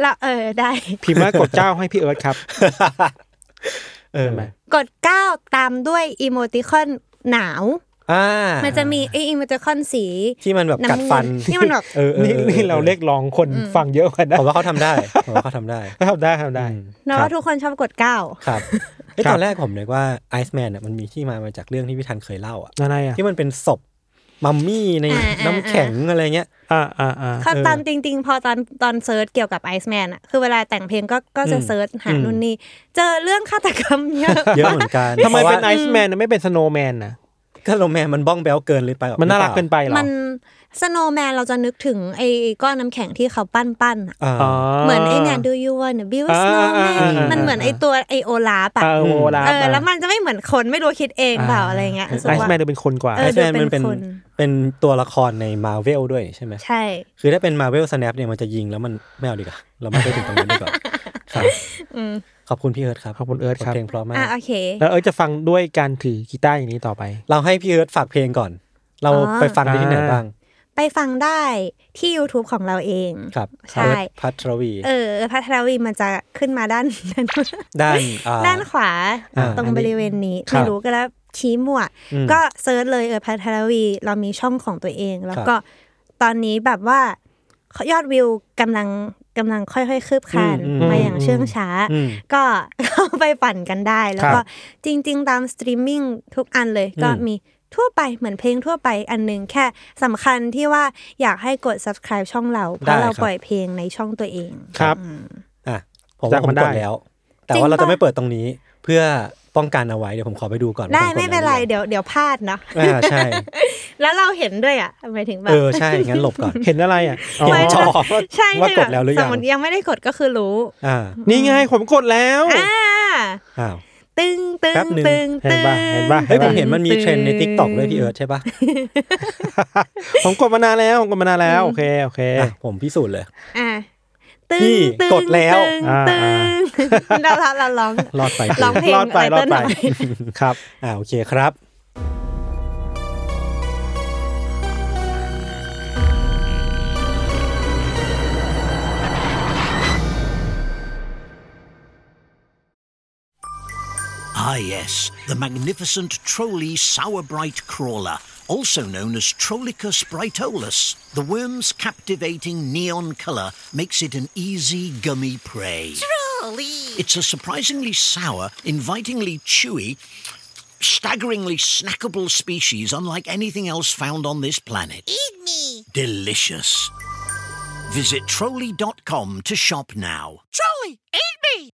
Speaker 5: ละเออได้
Speaker 3: พิมพ์ว่ากดเจ้าให้พี่เอิร์ธครับ
Speaker 4: เออ
Speaker 3: ใช่ไหม
Speaker 5: กดเก้าตามด้วยอีโมติคอนหนาว
Speaker 4: อ่า
Speaker 5: มันจะมีไออีโมติคอนสี
Speaker 4: ที่มันแบบกัดฟัน
Speaker 5: น้ำเงินที่มันแบบ
Speaker 4: เออออ
Speaker 3: นี่
Speaker 4: ออ
Speaker 3: นี่เราเรียกร้องคนฟังเยอะกว่านะ
Speaker 4: ผมว่าเขาทำได้ผมว่าเขาทำได้
Speaker 3: ทำได้ทำได้
Speaker 5: เนาะว่าทุกคนชอบกดเก้า
Speaker 4: ครับไอย
Speaker 3: ครั
Speaker 4: ต
Speaker 3: บ
Speaker 4: อนแรกผมนึกว่าไอซ์แมนเนี่ยมันมีที่มามาจากเรื่องที่พี่ทันเคยเล่าอ่ะ
Speaker 3: อะไรอ่ะ
Speaker 4: ที่มันเป็นศพมัมมี่ในน้ำแข็งอะไรเงี้ย
Speaker 3: อ่าอ่าอ่า
Speaker 5: เขาตอนจริง ๆ พอตอนตอนเซิร์ชเกี่ยวกับไอซ์แมนอะคือเวลาแต่งเพลงก็ก็จะ
Speaker 4: อืม
Speaker 5: เซิร์ชหานู่นนี่ เจอเรื่องฆาตกรรมเยอะ
Speaker 4: เยอะเหมือนกัน
Speaker 3: ทำไม
Speaker 4: พราะว่า
Speaker 3: เป็นไอซ์แมนไม่เป็นสโนว์แมนนะ
Speaker 4: ก็โรแมนมันบ้องแบลเกินเลยไปหอ
Speaker 3: มันน่ารักเกินไปเหรอ
Speaker 5: มันสโนว์แมนเราจะนึกถึงไอ้ก้อนน้ำแข็งที่เขาปั้นปั้นๆอะ
Speaker 4: อ่า
Speaker 5: เหมือนไอ้เนี่ย do you wanna build a
Speaker 3: อ่า
Speaker 5: snowman
Speaker 3: อ่าอ่า
Speaker 5: มันเหมือนไอ้ตัวไอโอลาปะ
Speaker 3: เออโอลาฟ
Speaker 5: เออแล้วมันจะไม่เหมือนคนไม่รู้คิดเองเปล่าอะไรเงี้ยรู้สึก
Speaker 3: ไอ
Speaker 5: ว่า
Speaker 3: ซ์แมนดูเป็นคนกว่า
Speaker 5: เอ
Speaker 4: ไอ
Speaker 5: อ
Speaker 4: ซ์แมนมันเป็น
Speaker 5: ดูเป็นคน
Speaker 4: เป็นตัวละครในมาเวลด้วยใช่ไหม
Speaker 5: ใช่
Speaker 4: คือถ้าเป็นมาเวลสแนปเนี่ยมันจะยิงแล้วมันไม่เอาดีกว่า เราไม่ไปถึงตรงนั้นดี กว่า ครับขอบคุณพี่เอิร์ธครับ
Speaker 3: ขอบคุณเอิร์ธครับ
Speaker 4: เพลงเพราะมา
Speaker 5: อ่ะ
Speaker 4: ก
Speaker 5: โอเค
Speaker 3: แล้วเออจะฟังด้วยการถือกีตาร์อย่างนี้ต่อไป
Speaker 4: เราให้พี่เอิร์ธฝากเพลงก่อน เรา
Speaker 5: อ๋อ
Speaker 4: ไปฟังได้ที่ไหนบ้าง
Speaker 5: ไปฟังได้ที่ YouTube ของเราเอง
Speaker 4: ครับ
Speaker 5: ใช่
Speaker 4: เอิร์ธพัทรวี
Speaker 5: เออพัทรวีมันจะขึ้นมาด้าน
Speaker 4: ด้านอ่า
Speaker 5: ด้านขวา
Speaker 4: อ่า
Speaker 5: ตรงบริเวณนี้
Speaker 4: ครับ
Speaker 5: ไม่รู้ก็แล้วชี้มั่ว
Speaker 4: อืม
Speaker 5: ก็เซิร์ชเลยเออพัทรวีเรามีช่องของตัวเอง แล้วก็ตอนนี้แบบว่ายอดวิวกำลังกำลังค่อยๆคืบคลาน
Speaker 4: อืมอืม
Speaker 5: มาอย่างเชื่องช้า
Speaker 4: อืม
Speaker 5: ก็ เข้าไปปั่นกันได้ แล้วก็จริง ๆ ตามสตรีมมิ่งทุกอันเลย ก็
Speaker 4: อืม
Speaker 5: มีทั่วไปเหมือนเพลงทั่วไปอันหนึ่งแค่สำคัญที่ว่าอยากให้กด subscribe ช่องเราเพราะเราปล่อยเพลงในช่องตัวเอง
Speaker 3: ครับ
Speaker 4: อ่ะผมว่า
Speaker 3: จำ
Speaker 4: ผม
Speaker 3: ได้
Speaker 4: กดแล้ว แต่
Speaker 5: จริง
Speaker 4: ว่าเราจะ
Speaker 5: ปะ
Speaker 4: ไม่เปิดตรงนี้เพื่อป้องกันเอาไว้เดี๋ยวผมขอไปดูก่อนว่า
Speaker 5: ได้
Speaker 4: ผก
Speaker 5: ไม่เป็นไร
Speaker 4: แล้วหอ
Speaker 5: เดี๋ยวเดี๋ยวพลาดเนาะ
Speaker 4: อ่าใช่
Speaker 5: แล้วเราเห็นด้วยอ่ะหมายถึงแบ
Speaker 4: เอบ อใช่งั้นหลบก่อน
Speaker 3: เห็นอะไรอ่ะอ๋อ
Speaker 4: เห็นจอว่า
Speaker 5: ใช่
Speaker 4: ว่าก
Speaker 5: ใช่แบ
Speaker 4: ด
Speaker 5: บ
Speaker 4: แล้วหรือ
Speaker 5: ส
Speaker 4: ยั
Speaker 5: ม
Speaker 4: ง
Speaker 5: มติยังไม่ได้กดก็คือรู้
Speaker 4: อ่า
Speaker 3: นี่ไงผมกดแล้ว
Speaker 5: อ่า
Speaker 4: อ้าว
Speaker 5: ตึงตึง
Speaker 4: แป๊บหนึ่ง
Speaker 5: ตึง
Speaker 3: เห็
Speaker 5: ตึ
Speaker 3: น
Speaker 5: ง
Speaker 3: ปะเห็นปะ
Speaker 4: เฮ้ยผมเห็นมันมี
Speaker 5: ตึง
Speaker 4: เทรนด์ในทิกตอกด้วยพี่เอิร์ธใช่ปะ
Speaker 3: ผมกดมานานแล้วผมกดมานานแล้วโอเคโอเค
Speaker 4: อ่ะผมพิสูจน์เลย
Speaker 5: อ่ะตึง
Speaker 4: นี่
Speaker 5: ตึง
Speaker 4: กดแล้ว
Speaker 5: ตึง
Speaker 3: อ่า
Speaker 5: ตึงเราเราเราร้อง
Speaker 4: รอดไป
Speaker 5: ลอง เพล
Speaker 3: รอดไป
Speaker 5: อะไร
Speaker 3: รอดไป
Speaker 5: เต้นหน่อย
Speaker 3: ครับ
Speaker 4: อ่าโอเคครับ
Speaker 6: Ah, yes, the magnificent Trolley Sourbright Crawler, also known as Trollicus brightolus. The worm's captivating neon colour makes it an easy gummy prey. Trolley! It's a surprisingly sour, invitingly chewy, staggeringly snackable species unlike anything else found on this planet. Eat me! Delicious. Visit trolley.com to shop now. Trolley, eat me!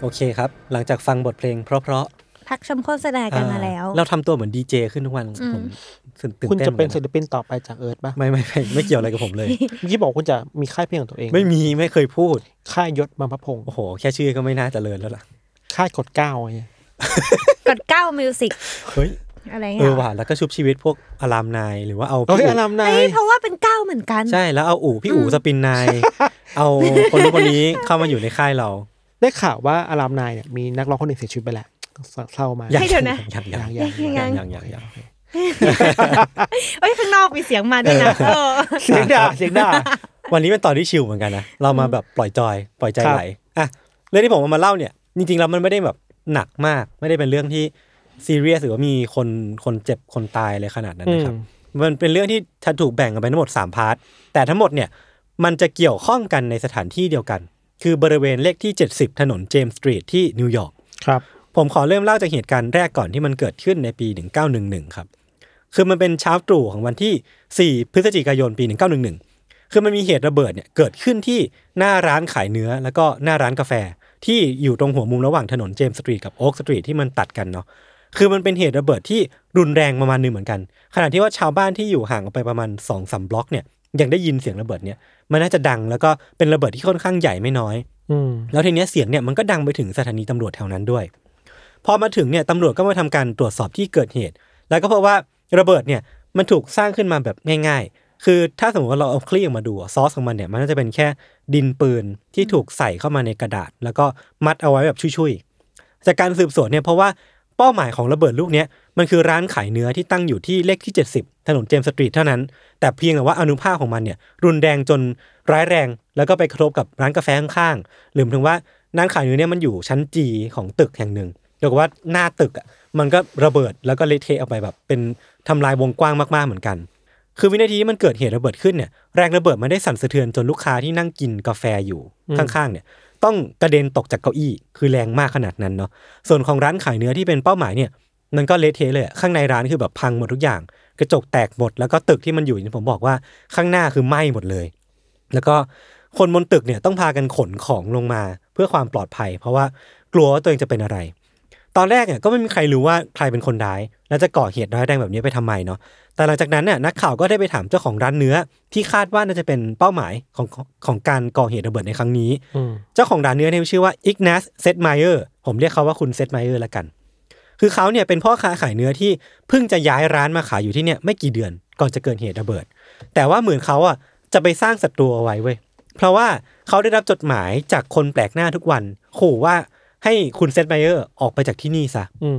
Speaker 4: โอเคครับ หลังจากฟังบทเพลงเพราะ
Speaker 5: พักชมโฆษณา
Speaker 4: ๆ
Speaker 5: กัน
Speaker 4: อ่
Speaker 5: มาแล้ว
Speaker 4: เราทำตัวเหมือนดีเจขึ้นทุกวันผมตื่น
Speaker 3: คุณ
Speaker 4: เต้น
Speaker 3: จะเป็น
Speaker 4: หมื
Speaker 3: ศิ
Speaker 4: อ
Speaker 3: ลปินต่อไปจากเอิร์ธป่ะ
Speaker 4: ไม่ไม่ไม่ไม่เกี่ยวอะไรกับ ผมเลย
Speaker 3: เมื่อกี้บอกคุณจะมีค่ายเพลงของตัวเอง
Speaker 4: ไม่มีไม่เคยพูด
Speaker 3: ค่ายยศมาพระพงศ์
Speaker 4: โอ้โห แค่ชื่อก็ไม่น่าจะเลินแล้วล่ะ
Speaker 3: ค่ายกดเก้าไง
Speaker 5: กดเก้ามิวสิก
Speaker 4: เฮ้ย
Speaker 5: อะไร
Speaker 4: เอ
Speaker 5: เงี้ย
Speaker 4: อว่ะแล้วก็ชุบชีวิตพวกอารามนายหรือว่าเอา
Speaker 3: เฮ้ย
Speaker 4: พี่
Speaker 3: อารามนา
Speaker 5: เอ้
Speaker 3: ย
Speaker 5: ยเพราะว่าเป็นเก้าเหมือนกัน
Speaker 4: ใช่แล้วเอาอู่พี่อู่สปินนาย เอาคนนู้นคนนี้เข้ามาอยู่ในค่ายเรา
Speaker 3: ได้ข่าวว่าอารามนายเนี่ยมีนักร้องคนหนึ่งเสียชีวิตไปแล้วเศร้ามาก
Speaker 5: ให้เดี๋ยวนะ
Speaker 4: อย่างอย่างอย่
Speaker 3: อา
Speaker 4: ย่างง
Speaker 5: ๆ
Speaker 4: อย่างอย่างอย่าง
Speaker 5: เอ้ยข้างนอกมีเสียงมาด้วยนะเออ
Speaker 3: เสียงด่าเสียงด่า
Speaker 4: วันนี้เป็นตอนที่ชิลเหมือนกันนะ เรามาแบบปล่อยจอย ปล่อยใจไหลอ่ะเรื่องที่ผมเอามาเล่าเนี่ย จริงๆแล้วมันไม่ได้แบบหนักมาก ไม่ได้เป็นเรื่องที่ซีเรียสหรือว่ามีคนคนเจ็บคนตายเลยขนาดนั้นนะครับ
Speaker 3: อืม
Speaker 4: มันเป็นเรื่องที่ถ้าถูกแบ่งกันไปทั้งหมด 3 พาร์ท แต่ทั้งหมดเนี่ย มันจะเกี่ยวข้องกันในสถานที่เดียวกัน คือบริเวณเลขที่ 70 ถนนเจมส์สตรีทที่นิวยอร์ก
Speaker 3: ครับ
Speaker 4: ผมขอเริ่มเล่าจากเหตุการณ์แรกก่อนที่มันเกิดขึ้นในปี 1911 ครับ คือมันเป็นเช้าตรู่ของวันที่ 4 พฤศจิกายนปี 1911 คือมันมีเหตุระเบิดเนี่ยเกิดขึ้นที่หน้าร้านขายเนื้อแล้วก็หน้าร้านกาแฟ ที่อยู่ตรงหัวมุมระหว่างถนนเจมส์สตรีทกับโอ๊กสตรีทที่มันตัดกันเนาะ คือมันเป็นเหตุระเบิดที่รุนแรงประมาณหนึงเหมือนกัน ขณะที่ว่าชาวบ้านที่อยู่ห่างออกไปประมาณ2อสบล็อกเนี่ย ยังได้ยินเสียงระเบิดเนี่ยมันน่าจะดังแล้วก็เป็นระเบิดที่ค่อนข้างใหญ่ไม่น้อย
Speaker 3: อืม
Speaker 4: แล้วทีเนี้ยเสียงเนี่ยมันก็ดังไปถึงสถานีตำรวจแถวนั้นด้วย พอมาถึงเนี่ยตำรวจก็มาทำการตรวจสอบที่เกิดเหตุ แล้วก็พบว่าระเบิดเนี่ยมันถูกสร้างขึ้นมาแบบง่าย ๆ คือถ้าสมมติว่าเราเอาคลี่ออกมาดูซอสของมันเนี่ยมันน่าจะเป็นแค่ดินปืนที่ถูกใส่เข้ามาในกระดาษ แล้วก็มัดเอาไว้แบบชุยๆ จากการสืบสวนเนี่ยเพราะว่าเป้าหมายของระเบิดลูกเนี้ยมันคือร้านขายเนื้อที่ตั้งอยู่ที่เลขที่ 70 ถนนเจมส์สตรีทเท่านั้น แต่เพียงแต่ว่าอนุภาคของมันเนี่ยรุนแรงจนร้ายแรง แล้วก็ไปกระทบกับร้านกาแฟข้างๆหรือถึงว่าร้านขายเนื้อเนี่ยมันอยู่ชั้นจีของตึกแห่งหนึ่งเรียกว่าหน้าตึกอ่ะมันก็ระเบิดแล้วก็เละเทะออกไปแบบ เป็นทำลายวงกว้างมากๆเหมือนกัน คือวินาทีที่มันเกิดเหตุระเบิดขึ้นเนี่ยแรงระเบิดมันได้สั่นสะเทือนจนลูกค้าที่นั่งกินกาแฟอยู่ข้างๆเนี่ยต้องกระเด็นตกจากเก้าอี้คือแรงมากขนาดนั้นเนาะส่วนของร้านขายเนื้อที่เป็นเป้าหมายเนี่ย มันก็เละเทะเลยอะข้างในร้านคือแบบพังหมดทุกอย่าง กระจกแตกหมด แล้วก็ตึกที่มันอยู่อย่างที่ผมบอกว่าข้างหน้าคือไหม้หมดเลย แล้วก็คนบนตึกเนี่ยต้องพากันขนของลงมาเพื่อความปลอดภัย เพราะว่ากลัวว่าตัวเองจะเป็นอะไร ตอนแรกเนี่ยก็ไม่มีใครรู้ว่าใครเป็นคนร้าย และจะก่อเหตุร้ายแรงแบบนี้ไปทำไมเนาะแต่หลังจากนั้นเนี่ยนักข่าวก็ได้ไปถามเจ้าของร้านเนื้อ ที่คาดว่าน่าจะเป็นเป้าหมายของของของการก่อเหตุระเบิดในครั้งนี้ เจ้าของร้านเนื้อเนี่ยชื่อว่าอิกนัสเซตไมเออร์ผมเรียกเขาว่าคุณเซตไมเออร์ละกัน คือเขาเนี่ยเป็นพ่อค้าขายเนื้อที่เพิ่งจะย้ายร้านมาขายอยู่ที่เนี่ยไม่กี่เดือนก่อนจะเกิดเหตุระเบิด แต่ว่าเหมือนเขาอ่ะจะไปสร้างศัตรูเอาไว้เว้ยเพราะว่าเขาได้รับจดหมายจากคนแปลกหน้าทุกวันขู่ว่าให้คุณเซตไมเออร์ออกไปจากที่นี่ซะ
Speaker 3: อืม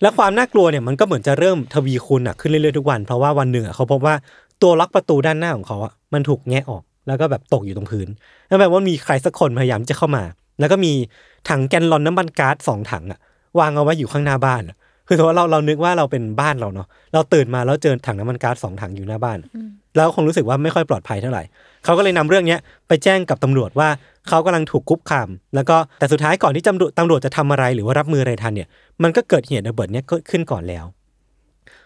Speaker 4: แล้วความน่ากลัวเนี่ยมันก็เหมือนจะเริ่มทวีคูณหนักขึ้นเรื่อยๆทุกวัน เพราะว่าวันหนึ่งอะเขาพบว่าตัวล็อกประตูด้านหน้าของเขาอะมันถูกแงะออก แล้วก็แบบตกอยู่ตรงพื้นนั่นแปลว่ามีใครสักคนพยายามจะเข้ามา แล้วก็มีถังแกนลอนน้ำมันก๊าซสองถังอะวางเอาไว้อยู่ข้างหน้าบ้านอะคือสมมติว่าเราเรานึกว่าเราเป็นบ้านเราเนาะเราตื่นมาแล้วเจอถังน้ำมันก๊าซสองถังอยู่หน้าบ้าน แล้วคงรู้สึกว่าไม่ค่อยปลอดภัยเท่าไหร่ เขาก็เลยนำเรื่องเนี้ยไปแจ้งกับตำรวจว่าเขากำลังถูกคุกคาม แล้วก็แต่สุดท้ายก่อนที่ตำรวจตำรวจจะทำอะไรหรือว่ารับมืออะไรทันเนี่ย มันก็เกิดเหตุระเบิดเนี้ยเกิดขึ้นก่อนแล้ว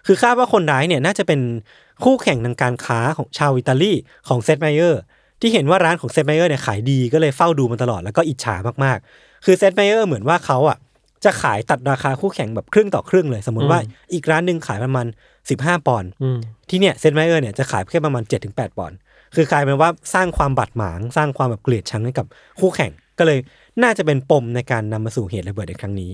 Speaker 4: คือคาดว่าคนร้ายเนี่ยน่าจะเป็นคู่แข่งทางการค้าของชาวอิตาลีของเซตไมเออร์ที่เห็นว่าร้านของเซตไมเออร์เนี่ยขายดีก็เลยเฝ้าดูมันตลอดแล้วก็อิจฉามากๆ คือเซตไมเออร์เหมือนว่าเขาอ่ะจะขายตัดราคาคู่แข่งแบบครึ่งต่อครึ่งเลย สมมติว่าอีกร้านหนึ่งขายประมาณ15ปอนด์
Speaker 3: อืม
Speaker 4: ที่เนี่ยเซนไมเออร์เนี่ยจะขายแค่ประมาณ 7-8ปอนด์คือขายเป็นว่าสร้างความบาดหมาง สร้างความแบบเกลียดชังให้กับคู่แข่ง ก็เลยน่าจะเป็นปมในการนำมาสู่เหตุระเบิดในครั้งนี้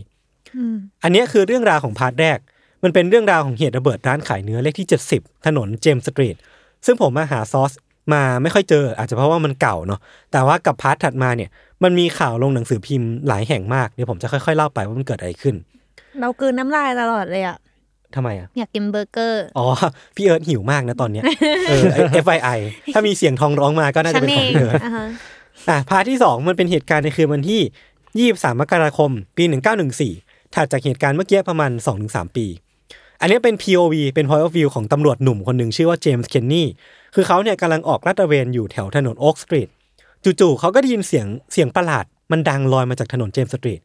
Speaker 4: อันเนี้ยคือเรื่องราวของพาร์ทแรก มันเป็นเรื่องราวของเหตุระเบิดร้านขายเนื้อเลขที่ 70 ถนนเจมส์สตรีท ซึ่งผมมาหาซอสมาไม่ค่อยเจอ อาจจะเพราะว่ามันเก่าเนาะ แต่ว่ากับพาร์ทถัดมาเนี่ย มันมีข่าวลงหนังสือพิมพ์หลายแห่งมาก เดี๋ยวผมจะค่อยๆเล่าไปว่ามันเกิดอะไรขึ้น
Speaker 5: เรากลืนน้ำลายตลอดเลยอ่ะ
Speaker 4: ทำไมอะ
Speaker 5: อยากกินเบอร์เกอร์
Speaker 4: อ๋อ พี่เอิร์ธหิวมากนะตอนเนี้ยเออ FII ถ้ามีเสียงทองร้องมาก็น่าจะ
Speaker 5: ฉัน
Speaker 4: เป็นของ
Speaker 5: เอง
Speaker 4: พี่เอิร์ธ
Speaker 5: อ่าฮะ
Speaker 4: อ่ะพาร์ทที่ 2 มันเป็นเหตุการณ์ในคืนวันที่ 23 มกราคม ปี 1914 ถัดจากเหตุการณ์เมื่อกี้ประมาณ 2-3 ปี อันนี้เป็น POV เป็น point of view ของตำรวจหนุ่มคนหนึ่งชื่อว่าเจมส์เคนนี่คือเขาเนี่ยกำลังออกลาดตระเวนอยู่แถวถนนโอ๊กสตรีทจู่ๆเขาก็ได้ยินเสียงเสียงประหลาด มันดังลอยมาจากถนนเจมส์สตรีท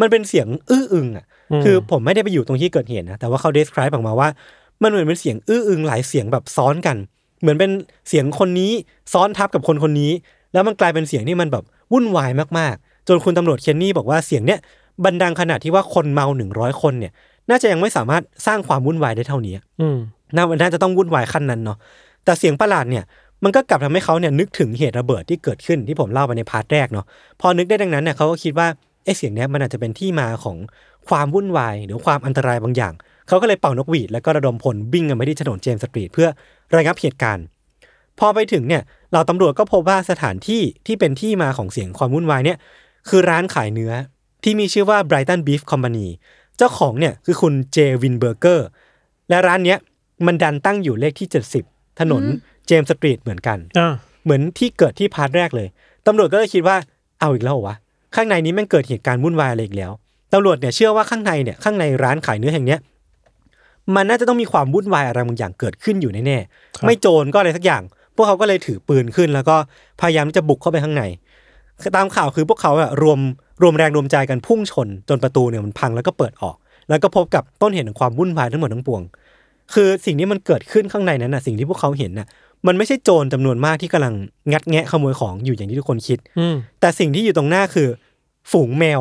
Speaker 4: มันเป็นเสียงอื้ออึงอ่ะ คือผมไม่ได้ไปอยู่ตรงที่เกิดเหตุนะ แต่ว่าเขา describe ออกมาว่า มันเหมือนเป็นเสียงอื้ออึงหลายเสียงแบบซ้อนกัน เหมือนเป็นเสียงคนนี้ซ้อนทับกับคนคนนี้ แล้วมันกลายเป็นเสียงที่มันแบบวุ่นวายมากๆ จนคุณตำรวจเคนนี่บอกว่าเสียงเนี้ยบันดังขนาดที่ว่าคนเมาหนึ่งร้อยคนเนี่ย น่าจะยังไม่สามารถสร้างความวุ่นวายได้เท่านี้
Speaker 3: อืม
Speaker 4: น่าน่าจะต้องวุ่นวายขั้นนั้นเนาะแต่เสียงประหลาดเนี่ยมันก็กลับทำให้เขาเนี่ยนึกถึงเหตุระเบิดที่เกิดขึ้นที่ผมเล่าไปในพาร์ทแรกเนาะพอนึกได้ดังนั้นเนี่ยเขาก็คิดว่าไอ้เสียงเนี้ยมันอาจจะเป็นที่มาของความวุ่นวาย หรือความอันตรายบางอย่าง เขาก็เลยเป่านกหวีดแล้วก็ระดมพลวิ่งกันไปที่ถนนเจมส์สตรีทเพื่อระงับเหตุการณ์ พอไปถึงเนี่ยเราตำรวจก็พบว่าสถานที่ที่เป็นที่มาของเสียงความวุ่นวายเนี่ยคือร้านขายเนื้อ ที่มีชื่อว่า Brighton Beef Company เจ้าของเนี่ยคือคุณเจวินเบอร์เกอร์ และร้านเนี้ยมันดันตั้งอยู่เลขที่ 70 ถนนเจมส์สตรีทเหมือนกัน
Speaker 3: อ่า
Speaker 4: เหมือนที่เกิดที่พาร์ทแรกเลย ตำรวจก็เลยคิดว่าเอาอีกแล้วเหรอวะ ข้างในนี้แมันเกิดเหตุการณ์วุ่นวายอะไรอีกแล้ว ตำรวจเนี่ยเชื่อว่าข้างในเนี่ยข้างในร้านขายเนื้อแห่งเนี้ยมันน่าจะต้องมีความวุ่นวายอะไรบางอย่างเกิดขึ้นอยู่แน่
Speaker 3: ครั
Speaker 4: ๆ
Speaker 3: บ
Speaker 4: ไม่โจรก็อะไรสักอย่าง พวกเขาก็เลยถือปืนขึ้น แล้วก็พยายามที่จะบุกเข้าไปข้างใน ตามข่าวคือพวกเขาอะรวมรวมแรงรวมใจกันพุ่งชน จนประตูเนี่ยมันพังแล้วก็เปิดออก แล้วก็พบกับต้นเหตุของความวุ่นวายทั้งหมดทั้งปวง คือสิ่งที่มันเกิดขึ้นข้างในนั้นน่ะสิ่งที่พวกเขาเห็นน่ะมันไม่ใช่โจรจำนวนมากที่กำลังงัดแงะขโมยของอยู่อย่างที่ทุกคนคิด
Speaker 3: อืม
Speaker 4: แต่สิ่งที่อยู่ตรงหน้าคือ ฝูงแมว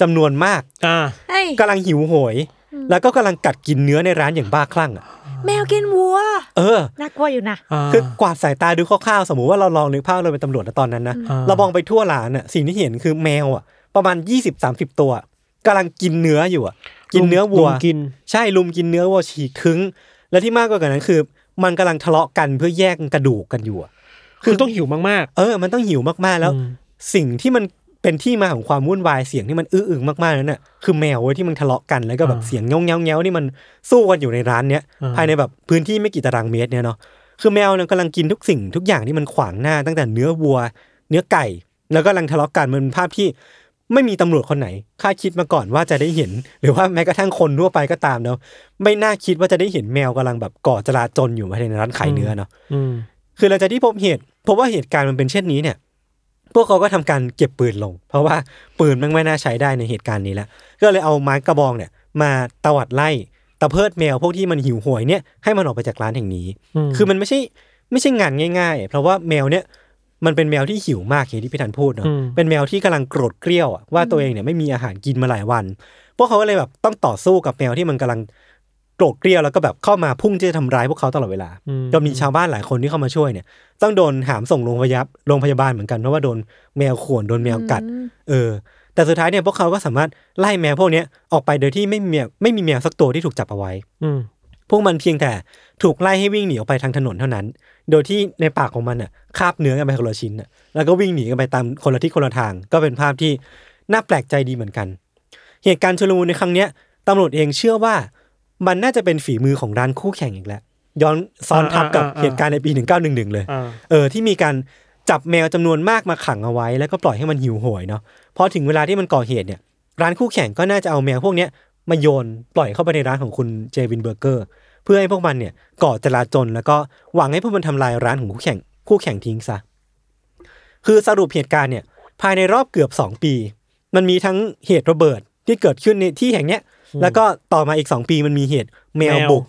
Speaker 4: จำนวนมาก
Speaker 3: อ่า
Speaker 5: เฮ้ย
Speaker 4: กำลังหิวโหย แล้วก็กำลังกัดกินเนื้อในร้านอย่างบ้าคลั่งอ่ะ
Speaker 5: แมวกินวัว
Speaker 4: เออ
Speaker 5: น่ากลัวอยู่นะ
Speaker 3: อ่า
Speaker 4: คือกวาดสายตาดูคร่าวๆ สมมุติว่าเราลองนึกภาพเราเป็นตำรวจนะตอนนั้นนะ
Speaker 3: อ่า
Speaker 4: เรามองไปทั่วร้านอ่ะสิ่งที่เห็นคือแมวอ่ะ ประมาณ 20 30 ตัวกำลังกินเนื้ออยู่อ่ะ กินเนื้อวัว
Speaker 3: ลุงกิน
Speaker 4: ใช่ลุมกินเนื้อวัวฉีกถึง และที่มากกว่านั้นคือ มันกำลังทะเลาะกันเพื่อแย่งกระดูกกันอยู่อะ
Speaker 3: คือต้องหิวมาก
Speaker 4: เออ มันต้องหิวมากๆ
Speaker 3: ๆ
Speaker 4: แล้ว
Speaker 3: อืม
Speaker 4: สิ่งที่มันเป็นที่มาของความวุ่นวายเสียงที่มันอื้ออึงมากๆนั้นน่ะคือแมวเว้ยที่มันทะเลาะกันแล้วก็แบบเสียงเงี้ยวเงี้ยวเงี้ยวนี่มันสู้กันอยู่ในร้านเนี้ยภายในแบบพื้นที่ไม่กี่ตารางเมตรเนี่ยเนาะคือแมวเนี่ยกำลังกินทุกสิ่งทุกอย่างที่มันขวางหน้า ตั้งแต่เนื้อวัว เนื้อไก่ แล้วก็กำลังทะเลาะกันมันเป็นภาพที่ไม่มีตำรวจคนไหนคาดคิดมาก่อนว่าจะได้เห็น หรือว่าแม้กระทั่งคนทั่วไปก็ตามเนาะไม่น่าคิดว่าจะได้เห็นแมวกำลังแบบก่อจลาจลอยู่ภายในร้านขายเนื้อเนาะ
Speaker 3: อืม
Speaker 4: คือหลังจากที่พบเหตุพบว่าเหตุการณ์มันเป็นเช่นนี้เนี่ย พวกเขาก็ทำการเก็บปืนลง เพราะว่าปืนมันไม่น่าใช้ได้ในเหตุการณ์นี้แล้ว ก็เลยเอาไม้กระบองเนี่ย มาตวัดไล่ตะเพิดแมวพวกที่มันหิวโหยเนี่ยให้มันออกไปจากร้านแห่งนี้ คือมันไม่ใช่ไม่ใช่งานง่ายๆ เพราะว่าแมวเนี่ยมันเป็นแมวที่หิวมากอย่างที่พี่ธันพูดเนาะเป็นแมวที่กำลังโกรธเกรี้ยวอะว่าตัวเองเนี่ยไม่มีอาหารกินมาหลายวัน พวกเขาก็เลยแบบต้องต่อสู้กับแมวที่มันกำลังโกรธเกรี้ยวแล้วก็แบบเข้ามาพุ่งจะทำร้ายพวกเขาตลอดเวลาก็มีชาวบ้านหลายคนที่เข้ามาช่วยเนี่ย ต้องโดนหามส่งโรงพยาบาลโรงพยาบาลเหมือนกันเพราะว่าโดนแมวข่วนโดนแมวกัด เออ แต่สุดท้ายเนี่ยพวกเขาก็สามารถไล่แมวพวกเนี้ยออกไปโดยที่ไม่มีแมวไม่มีแมวสักตัวที่ถูกจับเอาไว้
Speaker 3: อืม
Speaker 4: พวกมันเพียงแต่ถูกไล่ให้วิ่งหนีออกไปทางถนนเท่านั้น โดยที่ในปากของมันอ่ะคาบเนื้อกันไปคนละชิ้นอ่ะ แล้วก็วิ่งหนีกันไปตามคนละทิศคนละทาง ก็เป็นภาพที่น่าแปลกใจดีเหมือนกัน เหตุการณ์ชุลมุนในครั้งเนี้ยตำรวจเองเชื่อว่า มันน่าจะเป็นฝีมือของร้านคู่แข่งอีกแล้ว ย้อนซ้อนทับกับเหตุการณ์ในปี 1911 เลย
Speaker 3: อ่า
Speaker 4: เออที่มีการจับแมวจำนวนมากมาขังเอาไว้ แล้วก็ปล่อยให้มันหิวโหยเนาะพอถึงเวลาที่มันก่อเหตุเนี่ย ร้านคู่แข่งก็น่าจะเอาแมวพวกเนี้ยมาโยนปล่อยเข้าไปในร้านของคุณเจวินเบอร์เกอร์ เพื่อให้พวกมันเนี่ยก่อจลาจลแล้วก็หวังให้พวกมันทำลายร้านของคู่แข่งคู่แข่งทิ้งซะคือสรุปเหตุการณ์เนี่ยภายในรอบเกือบ 2 ปี มันมีทั้งเหตุระเบิดที่เกิดขึ้นในที่แห่งเนี้ยแล้วก็ต่อมาอีก 2 ปีมันมีเหตุแมวบุก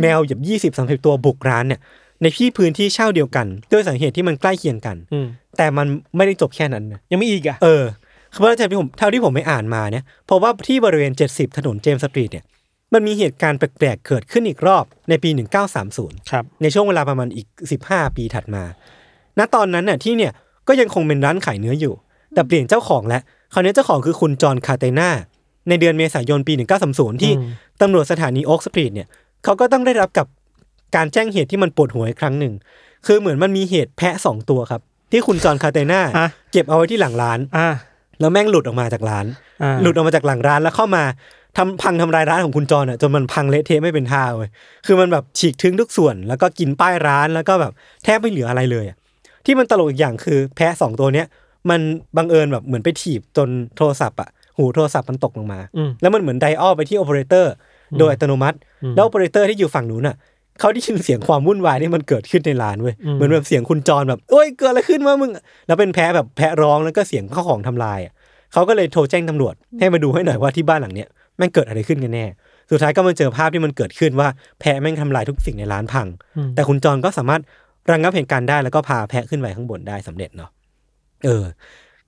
Speaker 4: แมวเหยียบยี่สิบสามสิบตัวบุกร้านเนี่ยในที่พื้นที่เช่าเดียวกัน ด้วยสาเหตุที่มันใกล้เคียงกัน
Speaker 3: อืม
Speaker 4: แต่มันไม่ได้จบแค่นั้นนะ
Speaker 3: ยังไม่อีกอ่ะ
Speaker 4: เออคือเพราะจากที่ผมเท่าที่ผมไปอ่านมาเนี่ยเพราะว่าที่บริเวณ 70 ถนนเจมส์สตรีทเนี่ยมันมีเหตุการณ์แปลกๆ เกิดขึ้นอีกรอบในปี 1930
Speaker 3: ครับ
Speaker 4: ในช่วงเวลาประมาณอีก 15 ปีถัดมา ณ ตอนนั้นน่ะที่เนี่ยก็ยังคงเป็นร้านขายเนื้ออยู่ แต่เปลี่ยนเจ้าของแล้ว คราวนี้เจ้าของคือคุณจอห์นคาเตนาในเดือนเมษายนปี 1930 ที่ตำรวจสถานีโอ๊กสตรีทเนี่ยเขาก็ต้องได้รับกับการแจ้งเหตุที่มันปวดหัวอีกครั้งหนึ่ง คือเหมือนมันมีเหตุแพะสองตัวครับ ที่คุณจอห์นคาเตนา
Speaker 3: อ่ะ
Speaker 4: เก็บเอาไว้ที่หลังร้าน
Speaker 3: อ่า
Speaker 4: แล้วแม่งหลุดออกมาจากร้าน
Speaker 3: อ่า
Speaker 4: หลุดออกมาจากหลังร้านแล้วเข้ามาทำพังทำลายร้านของคุณจรอ่ะจนมันพังเละเทะไม่เป็นท่าเว้ยคือมันแบบฉีกทึ้งทุกส่วน แล้วก็กินป้ายร้านแล้วก็แบบแทบไม่เหลืออะไรเลยอะที่มันตลกอีกอย่างคือแพะสองตัวเนี้ยมันบังเอิญแบบเหมือนไปถีบจนโทรศัพท์อ่ะหูโทรศัพท์มันตกลงมา
Speaker 3: อืม
Speaker 4: แล้วมันเหมือนไดออลไปที่โอเปอเรเตอร์โดยอัตโนมัติ แล้วโอเปอเรเตอร์ที่อยู่ฝั่งนู้นอ่ะเขาได้ยินเสียงความวุ่นวายที่มันเกิดขึ้นในร้านเว้ยเหมือนแบบเสียงคุณจรแบบเอ้ยเกิดอะไรขึ้นวะมึง แล้วเป็นแพ้แบบแพ้ร้องแล้วก็เสียงข้าวของทำลายอ่ะเขาก็เลยโทรแจ้งตำรวจให้มาดูให้หน่อยว่าที่บ้านหลังเนี้ยแม่งเกิดอะไรขึ้นกันแน่ สุดท้ายก็มาเจอภาพที่มันเกิดขึ้นว่าแพ้แม่งทำลายทุกสิ่งในร้านพัง แต่คุณจรก็สามารถระงงับเหตุการณ์ได้แล้วก็พาแพ้ขึ้นไปข้างบนได้สำเร็จเนาะเออ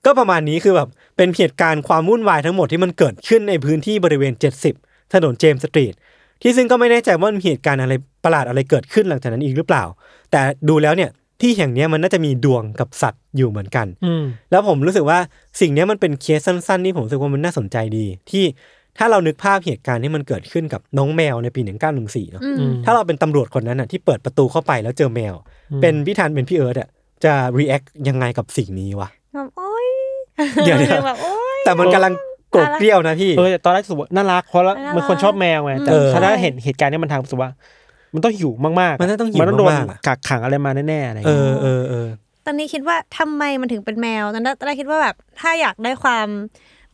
Speaker 4: ก็ประมาณนี้คือแบบเป็นเหตุการณ์ความวุ่นวายทั้งหมดที่มันเกิดขึ้นในพื้นที่บริเวณ 70 ถนนเจมส์สตรีทที่ซึ่งก็ไม่แน่ใจว่ามีเหตุการณ์อะไรประหลาดอะไรเกิดขึ้นหลังจากนั้นอีกหรือเปล่า แต่ดูแล้วเนี่ยที่แห่งเนี้ยมันน่าจะมีดวงกับสัตว์อยู่เหมือนกัน
Speaker 3: อืม
Speaker 4: แล้วผมรู้สึกว่าสิ่งเนี้ยมันเป็นเคสสั้นๆที่ผมรู้สึกว่ามันน่าสนใจดี ที่ถ้าเรานึกภาพเหตุการณ์ที่มันเกิดขึ้นกับน้องแมวในปี 1914เนาะถ้าเราเป็นตำรวจคนนั้นอ่ะที่เปิดประตูเข้าไปแล้วเจอแมว เป็นพี่ธันเป็นพี่เอิร์ธอ่ะจะ react ยังไงกับสิ่งนี้วะ
Speaker 5: แบบโอ๊ย
Speaker 4: เดี๋ยวๆ
Speaker 5: คือแบบโอ๊ย
Speaker 4: แต่มันกำลังโกรธเกรี้ยวนะพี่
Speaker 3: เออแต่ตอนแรกรู้สึกว่าน่ารักเพราะ
Speaker 5: น่ารัก
Speaker 3: มันคนชอบแมวไงแต่
Speaker 4: เออ
Speaker 3: ถ้าได้เห็นเหตุการณ์เนี้ยมันทำรู้สึกว่า มันต้องหิวมากๆ
Speaker 4: มันต้องหิว
Speaker 3: มันต้องโดน
Speaker 4: มากๆอะ
Speaker 3: กักขังอะไรมาแน่ๆอะไรอย่าง
Speaker 4: เอ
Speaker 3: เงี้
Speaker 4: อ
Speaker 3: ย
Speaker 4: เออเออ
Speaker 5: ตอนนี้คิดว่าทำไมมันถึงเป็นแมว ตอนแรกตอนแรกคิดว่าแบบถ้าอยากได้ความ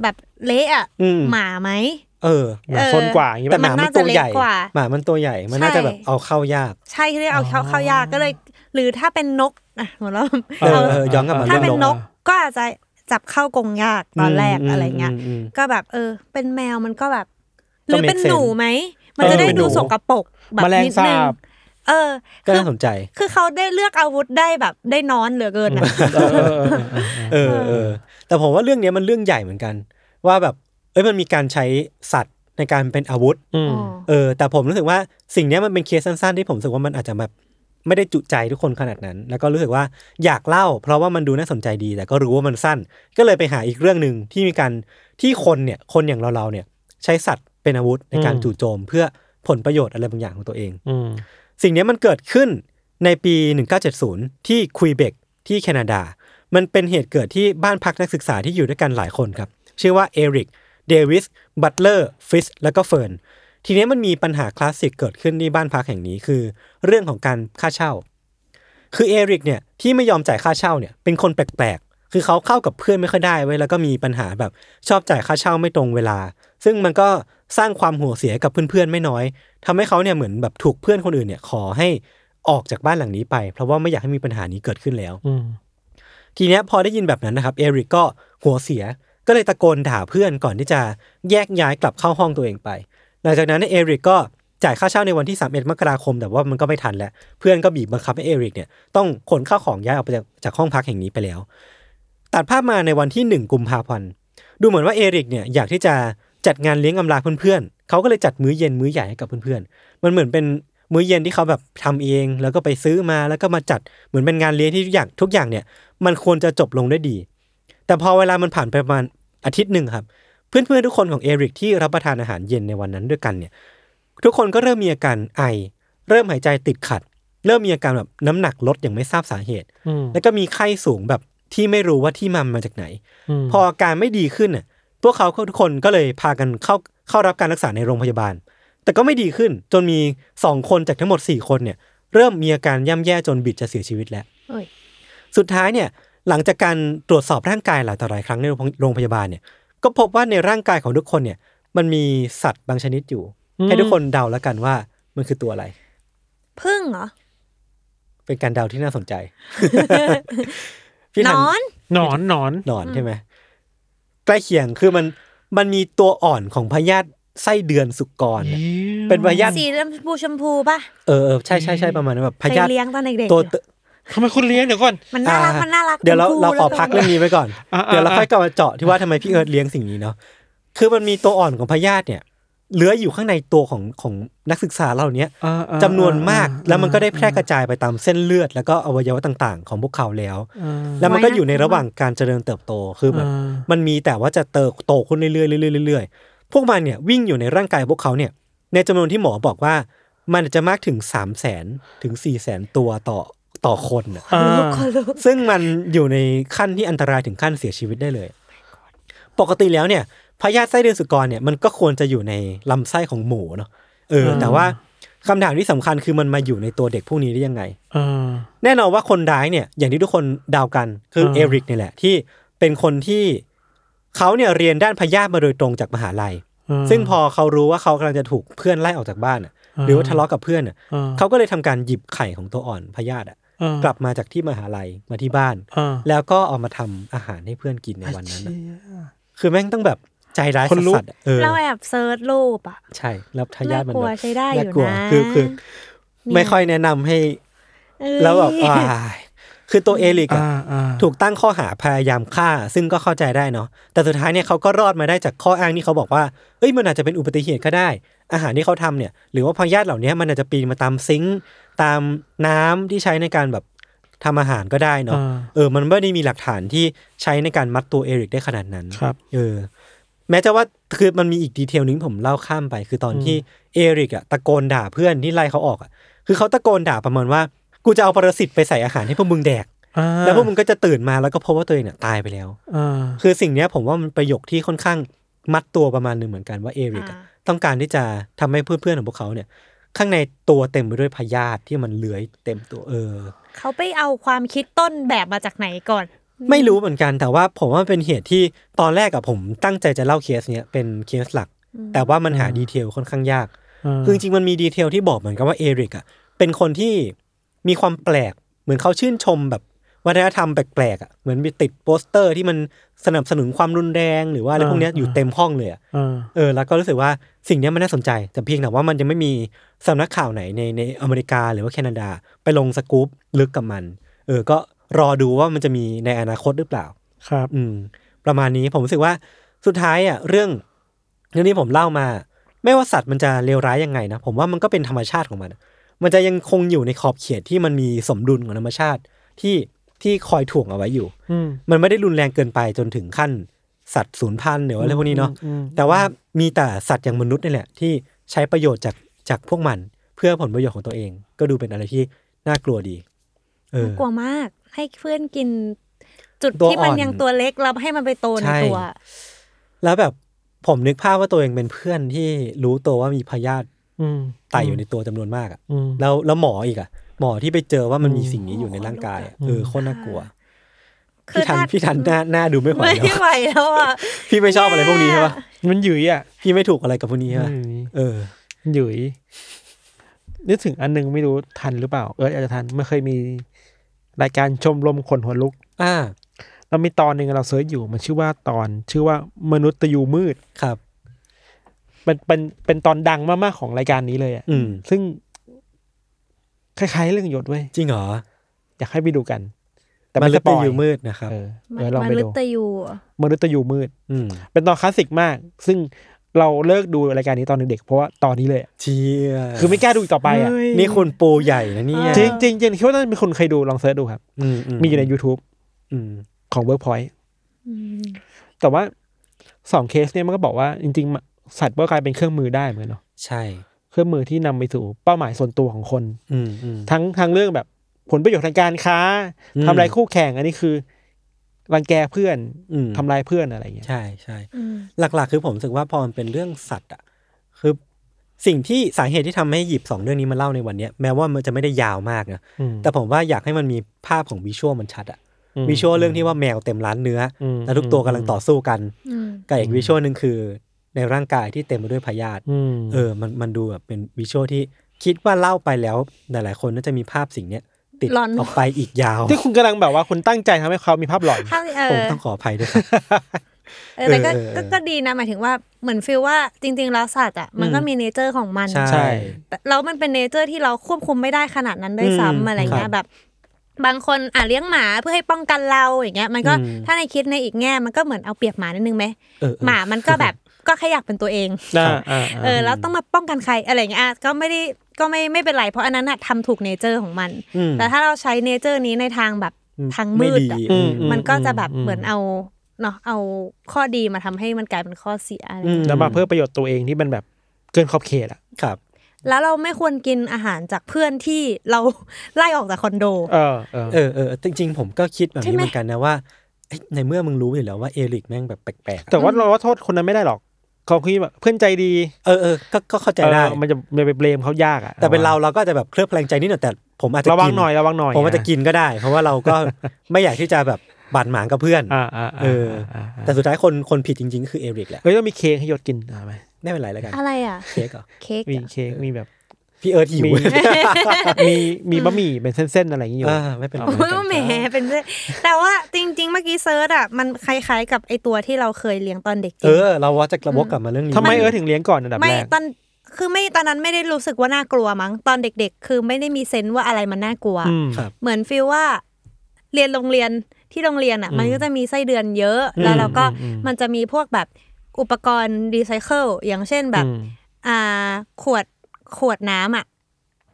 Speaker 5: แบบเละอะ
Speaker 4: อืม
Speaker 5: หมาไหม
Speaker 4: เออ
Speaker 3: หมาซนกว่าอย่างงี้
Speaker 4: แต่
Speaker 3: ปะ
Speaker 4: หมามัน
Speaker 5: น่าจะ
Speaker 4: ตัวใหญ่
Speaker 5: เล็กกว่า
Speaker 4: หมามันตัวใหญ่มันน่า
Speaker 5: ใช่
Speaker 4: จะแบบเอาเข้ายาก
Speaker 5: ใช่ที่เรียกเอาเข้าเข้ายากก็เลย หรือถ้าเป็นนกอ่ะหัวเราะ
Speaker 4: เออ
Speaker 5: เอา
Speaker 4: เออย้อนกลับมา
Speaker 5: ถ้า
Speaker 4: เรื่อง
Speaker 5: เป็น
Speaker 4: นก
Speaker 5: นกก็อาจจะจับเข้ากรงยากตอนแรก
Speaker 4: อืม
Speaker 5: อะไรเงี้ย
Speaker 4: อืมอืม
Speaker 5: ก็แบบเออ เป็นแมวมันก็แบบ
Speaker 4: ก็
Speaker 5: หรือเป็น
Speaker 4: make sense
Speaker 5: หนูไหมมัน
Speaker 3: เออ
Speaker 5: จะได้
Speaker 3: เป็นหนู
Speaker 5: ดูสกปรกแบบ
Speaker 3: แมลง
Speaker 5: นิดนึง
Speaker 3: สาบ
Speaker 5: เออ
Speaker 4: ก็
Speaker 5: คือ
Speaker 4: น่าสนใจ
Speaker 5: คือเขาได้เลือกอาวุธได้แบบได้นอนเหลือเกินอะ
Speaker 3: เออเออเออ
Speaker 4: เออ
Speaker 3: เออ
Speaker 4: เออแต่ผมว่าเรื่องเนี้ยมันเรื่องใหญ่เหมือนกัน ว่าแบบเอ้ยมันมีการใช้สัตว์ ในการเป็นอาวุธ
Speaker 3: อืม
Speaker 5: อ๋อ
Speaker 4: เออแต่ผมรู้สึกว่าสิ่งเนี้ยมันเป็นเคสสั้นๆ ที่ผมรู้สึกว่ามันอาจจะแบบไม่ได้จุใจทุกคนขนาดนั้น แล้วก็รู้สึกว่าอยากเล่า เพราะว่ามันดูน่าสนใจดี แต่ก็รู้ว่ามันสั้น ก็เลยไปหาอีกเรื่องหนึ่งที่มีการที่คนเนี่ยคนอย่างเราๆเนี่ยใช้สัตว์เป็นอาวุธในการ
Speaker 3: อืม
Speaker 4: จู่โจม เพื่อผลประโยชน์อะไรบางอย่างของตัวเอง
Speaker 3: อืม
Speaker 4: สิ่งเนี้ยมันเกิดขึ้นในปี 1970 ที่ควีเบกที่แคนาดา มันเป็นเหตุเกิดที่บ้านพักนักศึกษาที่อยู่ด้วยกันหลายคนครับ ชื่อว่าเอริก เดวิส บัตเลอร์ ฟิส แล้วก็เฟิร์น ทีเนี้ยมันมีปัญหาคลาสสิกเกิดขึ้นที่บ้านพักแห่งนี้คือ เรื่องของการค่าเช่า คือเอริกเนี่ยที่ไม่ยอมจ่ายค่าเช่าเนี่ยเป็นคนแปลกๆ คือเขาเข้ากับเพื่อนไม่ค่อยได้ไว้ยแล้วก็มีปัญหาแบบชอบจ่ายค่าเช่าไม่ตรงเวลา ซึ่งมันก็สร้างความหัวเสียกับเพื่อนๆไม่น้อยทำให้เขาเนี่ยเหมือนแบบถูกเพื่อนคนอื่นเนี่ยขอให้ออกจากบ้านหลังนี้ไป เพราะว่าไม่อยากให้มีปัญหานี้เกิดขึ้นแล้ว
Speaker 3: อืม
Speaker 4: ทีเนี้ยพอได้ยินแบบนั้นนะครับเอริกก็หัวเสียก็เลยตะโกนด่าเพื่อนก่อนที่จะแยกย้ายกลับเข้าห้องตัวเองไป หลังจากนั้นเอริกก็จ่ายค่าเช่าในวันที่ 31 มกราคม แต่ว่ามันก็ไม่ทันแล้ว เพื่อนก็บีบบังคับให้เอริกเนี่ยต้องขนข้าวของย้ายออกไปจากจากห้องพักแห่งนี้ไปแล้ว ตัดภาพมาในวันที่ 1 กุมภาพันธ์ ดูเหมือนว่าเอริกเนี่ยอยากที่จะจัดงานเลี้ยงอำลาเพื่อนๆเขาก็เลยจัดมื้อเย็นมื้อใหญ่ให้กับเพื่อนๆ มันเหมือนเป็นมื้อเย็นที่เขาแบบทำเอง แล้วก็ไปซื้อมาแล้วก็มาจัดเหมือนเป็นงานเลี้ยงที่ทุกอย่างทุกอย่างเนี่ย มันควรจะจบลงด้วยดี แต่พอเวลามันผ่านไปประมาณอาทิตย์หนึ่งครับ เพื่อนๆทุกคนของเอริกที่รับประทานอาหารเย็นในวันนั้นด้วยกันเนี่ย ทุกคนก็เริ่มมีอาการไอ เริ่มหายใจติดขัด เริ่มมีอาการแบบน้ำหนักลดอย่างไม่ทราบสาเหตุ
Speaker 3: อืม
Speaker 4: แล้วก็มีไข้สูงแบบที่ไม่รู้ว่าที่มามาจากไหน
Speaker 3: ม
Speaker 4: พออาการไม่ดีขึ้นน่ะ พวกเขาทุกคนก็เลยพากันเข้าเข้ารับการรักษาในโรงพยาบาล แต่ก็ไม่ดีขึ้นจนมีสองคนจากทั้งหมดสี่คนเนี่ย เริ่มมีอาการย่ำแย่จนบิดจะเสียชีวิตแล้ว
Speaker 5: เอ้ย
Speaker 4: สุดท้ายเนี่ยหลังจากการตรวจสอบร่างกายหลายต่อหลายครั้งในโรงโรงพยาบาลเนี่ยก็พบว่าในร่างกายของทุกคนเนี่ยมันมีสัตว์บางชนิดอยู่ ให้ทุกคนเดาแล้วกันว่ามันคือตัวอะไร
Speaker 5: พึ่งเหรอ
Speaker 4: เป็นการเดาที่น่าส นใจ พี่
Speaker 5: น
Speaker 4: ทั
Speaker 5: อน
Speaker 3: หนอนหนอน
Speaker 4: หนอนใช่ไหมใกล้เคียงคือมันมันมีตัวอ่อนของพยาธิไส้เดือนสุกรเนี่ยเป็นพยาธิ
Speaker 5: สีชมพูชมพูป่ะ
Speaker 4: เออเออใช่ใช่ใช่ประมาณนั้นแบบพ
Speaker 5: เคย
Speaker 4: ยาธิ
Speaker 5: เลี้ยงตอนเด็กๆ
Speaker 4: ตัว
Speaker 5: อยู่
Speaker 3: ทำไมคุณเลี้ยงเดี๋ยวก่อน
Speaker 5: มันน่ารักมันน่ารัก
Speaker 4: เดี๋ยวเราเรา
Speaker 5: ทั้งคู่
Speaker 4: ขอ
Speaker 5: ลย
Speaker 4: พักเรื่องนี้ไว้ก่อน
Speaker 3: อ่าๆ
Speaker 4: เดี๋ยวเราค่อยกลับมาเจาะที่ว่าทำไมพี่เอิร์ธเลี้ยงสิ่งนี้เนาะคือมันมีตัวอ่อนของพยาธิเนี่ยเหลืออยู่ข้างในตัวของของนักศึกษาเราเนี้ย
Speaker 3: อ่าอ่า
Speaker 4: จำนวนมาก
Speaker 3: อ่
Speaker 4: แล้วมันก็ได้แพร่กระจายไปตามเส้นเลือด แล้วก็อวัยวะต่างๆ ของพวกเขาแล้ว
Speaker 3: อ่า
Speaker 4: แล้วมันก็อยู่ในระหว่างการเจริญเติบโตคือแบบ
Speaker 3: อ่ามั
Speaker 4: มันมีแต่ว่าจะเติบโตขึ้นเรื่อยๆเรื่อยๆเรื่อยๆพวกมันเนี่ยวิ่งอยู่ในร่างกายพวกเขาเนี่ย ในจำนวนที่หมอบอกว่า มันอาจจะมากถึง3 0 0 0 0 0ถึง4 0 0 0 0 0 ตัวต่อต่อคนน่ะ
Speaker 3: อ่า
Speaker 4: ซึ่งมันอยู่ในขั้นที่อันตรายถึงขั้นเสียชีวิตได้เลย ปกติแล้วเนี่ยพยาธิไส้เดือนสุกรเนี่ยมันก็ควรจะอยู่ในลำไส้ของหมูเนาะเออ แต่ว่าคำถามที่สำคัญคือมันมาอยู่ในตัวเด็กพวกนี้ได้ยังไง
Speaker 3: อ่า
Speaker 4: แน่นอนว่าคนร้ายเนี่ยอย่างที่ทุกคนเดาวกันคือ
Speaker 3: เอ
Speaker 4: เอ
Speaker 3: อ
Speaker 4: ริกนี่แหละ ที่เป็นคนที่เขาเนี่ยเรียนด้านพยาธิมาโดยตรงจากมหาลัย
Speaker 3: อ่า
Speaker 4: ซึ่งพอเขารู้ว่าเขากำลังจะถูกเพื่อนไล่ออกจากบ้านอะ
Speaker 3: อ่า
Speaker 4: หรือว่าทะเลาะกับเพื่อนอะ
Speaker 3: อ่
Speaker 4: เขาก็เลยทำการหยิบไข่ของตัวอ่อนพยาธิอะ
Speaker 3: อ่าก
Speaker 4: ลับมาจากที่มหาลัยมาที่บ้าน
Speaker 3: อ่า
Speaker 4: แล้วก็เอามาทำอาหารให้เพื่อนกินในวันนั้น
Speaker 3: เชี่
Speaker 4: น่ะ
Speaker 3: ย
Speaker 4: คือแม่งต้องแบบใจร้าย
Speaker 3: คนลุก
Speaker 4: สัสๆอะเออ
Speaker 5: เราแอบเซิร์ชรูปอ่ะ
Speaker 4: ใช่ แล้วทายาทมัน
Speaker 5: น่ากลัว
Speaker 4: แบบ
Speaker 5: ใช้ได้อยู่
Speaker 4: น่ากลัว
Speaker 5: นะ
Speaker 4: คือคือ
Speaker 5: เนี่ย
Speaker 4: ไม่ค่อยแนะนำให้
Speaker 5: เอ้ย
Speaker 4: แล้วแบบอ่าคือตัวเอริกอะ
Speaker 3: อ่าอ่า
Speaker 4: ถูกตั้งข้อหาพยายามฆ่า ซึ่งก็เข้าใจได้เนาะ แต่สุดท้ายเนี่ยเขาก็รอดมาได้จากข้ออ้างที่เขาบอกว่า เอ้ยมันอาจจะเป็นอุบัติเหตุก็ได้ อาหารที่เขาทำเนี่ย หรือว่าพยาธิเหล่านี้มันอาจจะปีนมาตามซิงค์ตามน้ำที่ใช้ในการแบบทำอาหารก็ได้เนาะ
Speaker 3: อ่า
Speaker 4: เออ มันไม่ได้มีหลักฐานที่ใช้ในการมัดตัวเอริกได้ขนาดนั้น
Speaker 3: ครับ
Speaker 4: เออ แม้จะว่าคือมันมีอีกดีเทลหนึงผมเล่าข้ามไป คือตอนที่เอริกอะตะโกนด่าเพื่อนที่ไล่เขาออกอะคือเขาตะโกนด่าประมาณว่า กูจะเอาปรสิตไปใส่อาหารให้พวกมึงแดก
Speaker 3: อ่า
Speaker 4: แล้วพวกมึงก็จะตื่นมาแล้วก็พบว่าตัวเองเนี่ยตายไปแล้ว
Speaker 3: อ่า
Speaker 4: คือสิ่งเนี้ยผมว่ามันประโยคที่ค่อนข้างมัดตัวประมาณหนึงเหมือนกันว่าเอริกอะต้องการที่จะทำให้เพื่อนๆของพวกเขาเนี่ย ข้างในตัวเต็มไปด้วยพยาธิที่มันเลื้อยเต็มตัวเออ
Speaker 5: เขาไปเอาความคิดต้นแบบมาจากไหนก่อน
Speaker 4: ไม่รู้เหมือนกันแต่ว่าผมว่ามันเป็นเหตุที่ตอนแรกอะผมตั้งใจจะเล่าเคสเนี้ยเป็นเคสหลัก แต่ว่ามันหาดีเทลค่อนข้างยาก
Speaker 3: อ่า
Speaker 4: คือจริงๆมันมีดีเทลที่บอกเหมือนกันว่าเอริกอะเป็นคนที่มีความแปลก เหมือนเขาชื่นชมแบบวัฒนธรรมแปลกๆอะเหมือนมีติดโปสเตอร์ที่มันสนับสนุนความรุนแรงหรือว่าอะไรพวกเนี้ยอยู่เต็มห้องเลยอะ
Speaker 3: อ่า
Speaker 4: เออแล้วก็รู้สึกว่าสิ่งเนี้ยมันน่าสนใจ แต่เพียงแต่ว่ามันยังไม่มีสำนักข่าวไหนในในอเมริกาหรือว่าแคนาดา ไปลงสกู๊ปลึกกับมัน เออ ก็รอดูว่ามันจะมีในอนาคตหรือเปล่า
Speaker 3: ครับ
Speaker 4: อืม ประมาณนี้ผมรู้สึกว่าสุดท้ายอ่ะเรื่องเรื่องที่ผมเล่ามา ไม่ว่าสัตว์มันจะเลวร้ายยังไงนะ ผมว่ามันก็เป็นธรรมชาติของมัน มันจะยังคงอยู่ในขอบเขตที่มันมีสมดุลของธรรมชาติที่ที่คอยถ่วงเอาไว้อยู่
Speaker 3: อืม
Speaker 4: มันไม่ได้รุนแรงเกินไปจนถึงขั้นสัตว์สูญพันธุ์หรือว่าอะไรพวกนี้เนาะแต่ว่ามีแต่สัตว์อย่างมนุษย์นี่แหละ ที่ใช้ประโยชน์จากจากพวกมันเพื่อผลประโยชน์ของตัวเอง ก็ดูเป็นอะไรที่น่ากลัวดี เออ
Speaker 5: น่ากลัวมาก ให้เพื่อนกิน จุด
Speaker 4: ตัว
Speaker 5: ที่มัน
Speaker 4: อ่อน
Speaker 5: ยังตัวเล็กแล้วให้มันไปโตใน
Speaker 4: ใช่
Speaker 5: ตัว
Speaker 4: แล้วแบบผมนึกภาพว่าตัวเองเป็นเพื่อนที่รู้ตัวว่ามีพยาธิ
Speaker 3: อืม
Speaker 4: ไตอยู่ในตัวจำนวนมากอะ
Speaker 3: อืม
Speaker 4: แล้วแล้วหมออีกอะหมอที่ไปเจอว่ามันมีสิ่งนี้อยู่ในร่างกายอะ
Speaker 3: อืม
Speaker 4: เออโคตรน่ากลัว
Speaker 5: คื
Speaker 4: พี่
Speaker 5: อ
Speaker 4: ทัน
Speaker 5: ถ้า
Speaker 4: พี่ทันหน้าหน้าดูไม่ไหว
Speaker 5: ไม่
Speaker 4: แล้ว
Speaker 5: ไหวแล้ว อ่ะ
Speaker 4: พี่ไม่ชอบอะไรพวกนี้ใช่ปะ
Speaker 3: มันหยุยอ่ะ
Speaker 4: พี่ไม่ถูกอะไรกับพวกนี้ใช่ปะ
Speaker 3: อืม
Speaker 4: เออ
Speaker 3: หยุยนึกถึงอันหนึงไม่รู้ทันหรือเปล่า เอออาจจะทันมันเคยมีรายการชมรมคนหัวลุก
Speaker 4: อ่า
Speaker 3: เรามีตอนหนึ่งเราเซิร์ชอยู่มันชื่อว่าตอนชื่อว่ามนุษย์ตะยูมืด
Speaker 4: ครับ
Speaker 3: มันเป็นเป็นตอนดังมากๆของรายการนี้เลยอะ
Speaker 4: อืม
Speaker 3: ซึ่งคล้ายๆเรื่องหยดเว้ย
Speaker 4: จริงเหรอ
Speaker 3: อยากให้ไปดูกัน แต่
Speaker 4: มั
Speaker 3: ไม่
Speaker 4: น
Speaker 3: ส
Speaker 4: เล็บ
Speaker 3: ป
Speaker 4: ไป
Speaker 3: อย
Speaker 4: อยู่มืดนะครับ
Speaker 3: เออ
Speaker 5: มั
Speaker 3: เออลอง
Speaker 5: น
Speaker 3: ไป
Speaker 5: ลึ
Speaker 3: ดู
Speaker 5: กตะยู
Speaker 3: มนุษย์ตะยูมืด
Speaker 4: อืม
Speaker 3: เป็นตอนคลาสสิกมาก ซึ่งเราเลิกดูรายการนี้ตอนเด็กๆเพราะว่าตอนนี้เลยอะ
Speaker 4: เชีย
Speaker 3: คือไม่กล้าดูอีกต่อไปอ่ะ
Speaker 4: นี่คุณปูใหญ่นะเนี่ย
Speaker 3: จริงจริงจริงคิดว่าน่าจะมีคนเคยดูลองเซิร์ชดูครับ
Speaker 4: อื
Speaker 3: มีอยู่ใน YouTube
Speaker 4: อืม
Speaker 3: ของ Workpoint แต่ว่าสองเคสเนี่ยมันก็บอกว่าจริงๆ สัตว์ก็กลายเป็นเครื่องมือได้เหมือนกันเนาะ
Speaker 4: ใช่
Speaker 3: เครื่องมือที่นำไปสู่เป้าหมายส่วนตัวของคน
Speaker 4: อืมอืม
Speaker 3: ทั้งทั้งเรื่องแบบผลประโยชน์ทางการค้า
Speaker 4: อืม
Speaker 3: ทำลายคู่แข่ง อันนี้คือรังแกเพื่อน
Speaker 4: อืม
Speaker 3: ทำลายเพื่อนอะไรอย่างเงี้ย
Speaker 4: ใช่ใช่หลักๆ คือผมรู้สึกว่าพอมันเป็นเรื่องสัตว์อ่ะคือสิ่งที่สาเหตุที่ทำให้หยิบสองเรื่องนี้มาเล่าในวันเนี้ยแม้ว่ามันจะไม่ได้ยาวมากนะ
Speaker 3: อืม
Speaker 4: แต่ผมว่าอยากให้มันมีภาพของวิชวลมันชัดอ่ะ
Speaker 3: อืม
Speaker 4: วิชวลเรื่องที่ว่าแมวเต็มร้านเนื้ออ
Speaker 3: ม
Speaker 4: แล้วทุกตัวกำลังต่อสู้กันกับอีกวิชวลหนึ่งคือ ในร่างกายที่เต็มไปด้วยพยาธิ
Speaker 3: อืม
Speaker 4: เออ มัน มันดูแบบเป็นวิชวลที่คิดว่าเล่าไปแล้วหลายๆคนน่าจะมีภาพสิ่งเนี้ยติด
Speaker 5: หลอน
Speaker 4: ออกไปอีกยาว
Speaker 3: ที่คุณกำลังแบบว่าคุณตั้งใจทำให้เขามีภาพหลอน
Speaker 5: ถ้าเอ
Speaker 4: ผม
Speaker 5: อ
Speaker 4: ต้องขออภัยด้วยครับ
Speaker 5: เออแต่ก็
Speaker 4: เออเออ
Speaker 5: ก็ก็ดีนะหมายถึงว่าเหมือนฟีลว่าจริง ๆ แล้วสัตว์อ่ะมันก็มีเนเจอร์ของมัน
Speaker 4: ใช่
Speaker 3: ใช่
Speaker 5: แต่แล้วมันเป็นเนเจอร์ที่เราควบคุมไม่ได้ขนาดนั้นด้วย
Speaker 4: อืม
Speaker 5: ซ้ำอะไร
Speaker 4: ค
Speaker 5: เงี้
Speaker 4: รั
Speaker 5: ย
Speaker 4: บ
Speaker 5: แบบ บางคนอ่ะเลี้ยงหมาเพื่อให้ป้องกันเราอย่างเงี้ย มันก็
Speaker 4: อืม
Speaker 5: ถ้าในคิดในอีกแง่มันก็เหมือนเอาเปรียบหมานิดนึงไหม
Speaker 4: เออเออ
Speaker 5: หมามันก็แบบ ก็แค่อยากเป็นตัวเอง
Speaker 3: อ่าอ่าอ่า
Speaker 5: เออแล้วต้องมาป้องกันใครอะไรอย่างเงี้ยอ่ะก็ไม่ได้ก็ไม่ไม่เป็นไร เพราะอันนั้นน่ะทำถูกเนเจอร์ของมัน
Speaker 4: อืม
Speaker 5: แต่ถ้าเราใช้เนเจอร์นี้ในทางแบบทางมื
Speaker 4: ไ
Speaker 5: ดอะ
Speaker 4: อืม
Speaker 5: มันก็จะแบบเหมือนเอาเนาะเอาข้อดีมาทำให้มันกลายเป็นข้อเสียอะไร
Speaker 4: อืม
Speaker 3: แล้วมาเพื่อประโยชน์ตัวเองที่มันแบบเกินขอบเขตอ่ะ
Speaker 4: ครับ
Speaker 5: แล้วเราไม่ควรกินอาหารจากเพื่อนที่เรา ไล่ออกจากคอนโด
Speaker 3: เออเออ
Speaker 4: เออเออจริง ๆ ผมก็คิดแบบ
Speaker 5: ใช่
Speaker 4: นี้
Speaker 5: ไหม
Speaker 4: เหมือนกันนะว่าเอ้ยในเมื่อมึงรู้อยู่แล้วว่าเอริกแม่งแบบแปลกๆอะ
Speaker 3: แต่ว่าเราว่าโทษคนนั้นไม่ได้หรอกเขาคือแบบเพื่อนใจดี
Speaker 4: เออเออก็ก็เข้าใจได้
Speaker 3: เออมันจะมันจะไปเบลมเขายากอ่ะ
Speaker 4: แต่เป็นเราเราก็จะแบบเคลือบแคลงใจนิดหน่อยแต่ผมอาจจะ
Speaker 3: ระวัง
Speaker 4: กิ
Speaker 3: หน่อยระวังหน่อย
Speaker 4: ผมอาจจะกินก็ได้ เพราะว่าเราก็ ไม่อยากที่จะแบบบาดหมางกับเพื่อน
Speaker 3: อ่าอ่า
Speaker 4: เออ แต่สุดท้ายคนคนผิดจริง ๆ คือเอริกแหละ
Speaker 3: เฮ้ยต้องมีเค้กให้ยศกินเอาไหม
Speaker 4: ไม่เป็นไรแล้วกัน
Speaker 5: อะไรอ่ะ
Speaker 4: เค้กเหรอ
Speaker 5: เค้ก
Speaker 3: มี
Speaker 5: เหรอ
Speaker 3: เค้กมีแบบ
Speaker 4: พี่เอิร์ธหิว
Speaker 3: มีมี มีบะหมี่เป็นเส้นๆอะไรอย่างเงี้ยอยู่
Speaker 4: อ่าไม่เป็นไร
Speaker 3: เอา
Speaker 5: โอ้ยแหมเป็นด้วยแต่ว่าจริง ๆ เมื่อกี้เซิร์ชอ่ะมันคล้าย ๆ กับไอตัวที่เราเคยเลี้ยงตอนเด็กๆ
Speaker 4: เออ เราว่าจะกระวกกลับมาเรื่องนี้
Speaker 3: ทำไมเออถึงเลี้ยงก่อนอันดับ
Speaker 5: ไม่
Speaker 3: แรก
Speaker 5: ตอนคือไม่ตอนนั้นไม่ได้รู้สึกว่าน่ากลัวมั้งตอนเด็ก ๆ คือไม่ได้มีเซนส์ว่าอะไรมันน่ากลัว
Speaker 3: อืม
Speaker 4: ครับ
Speaker 5: เหมือนฟีลว่า เรียนโรงเรียนที่โรงเรียนอ่ะ มันก็จะมีไส้เดือนเยอะ แล้วเราก็
Speaker 3: อืม
Speaker 5: มันจะมีพวกแบบอุปกรณ์รีไซเคิลอย่างเช่นแบบ
Speaker 3: อืม
Speaker 5: อ่าขวดขวดน้ำอ่ะ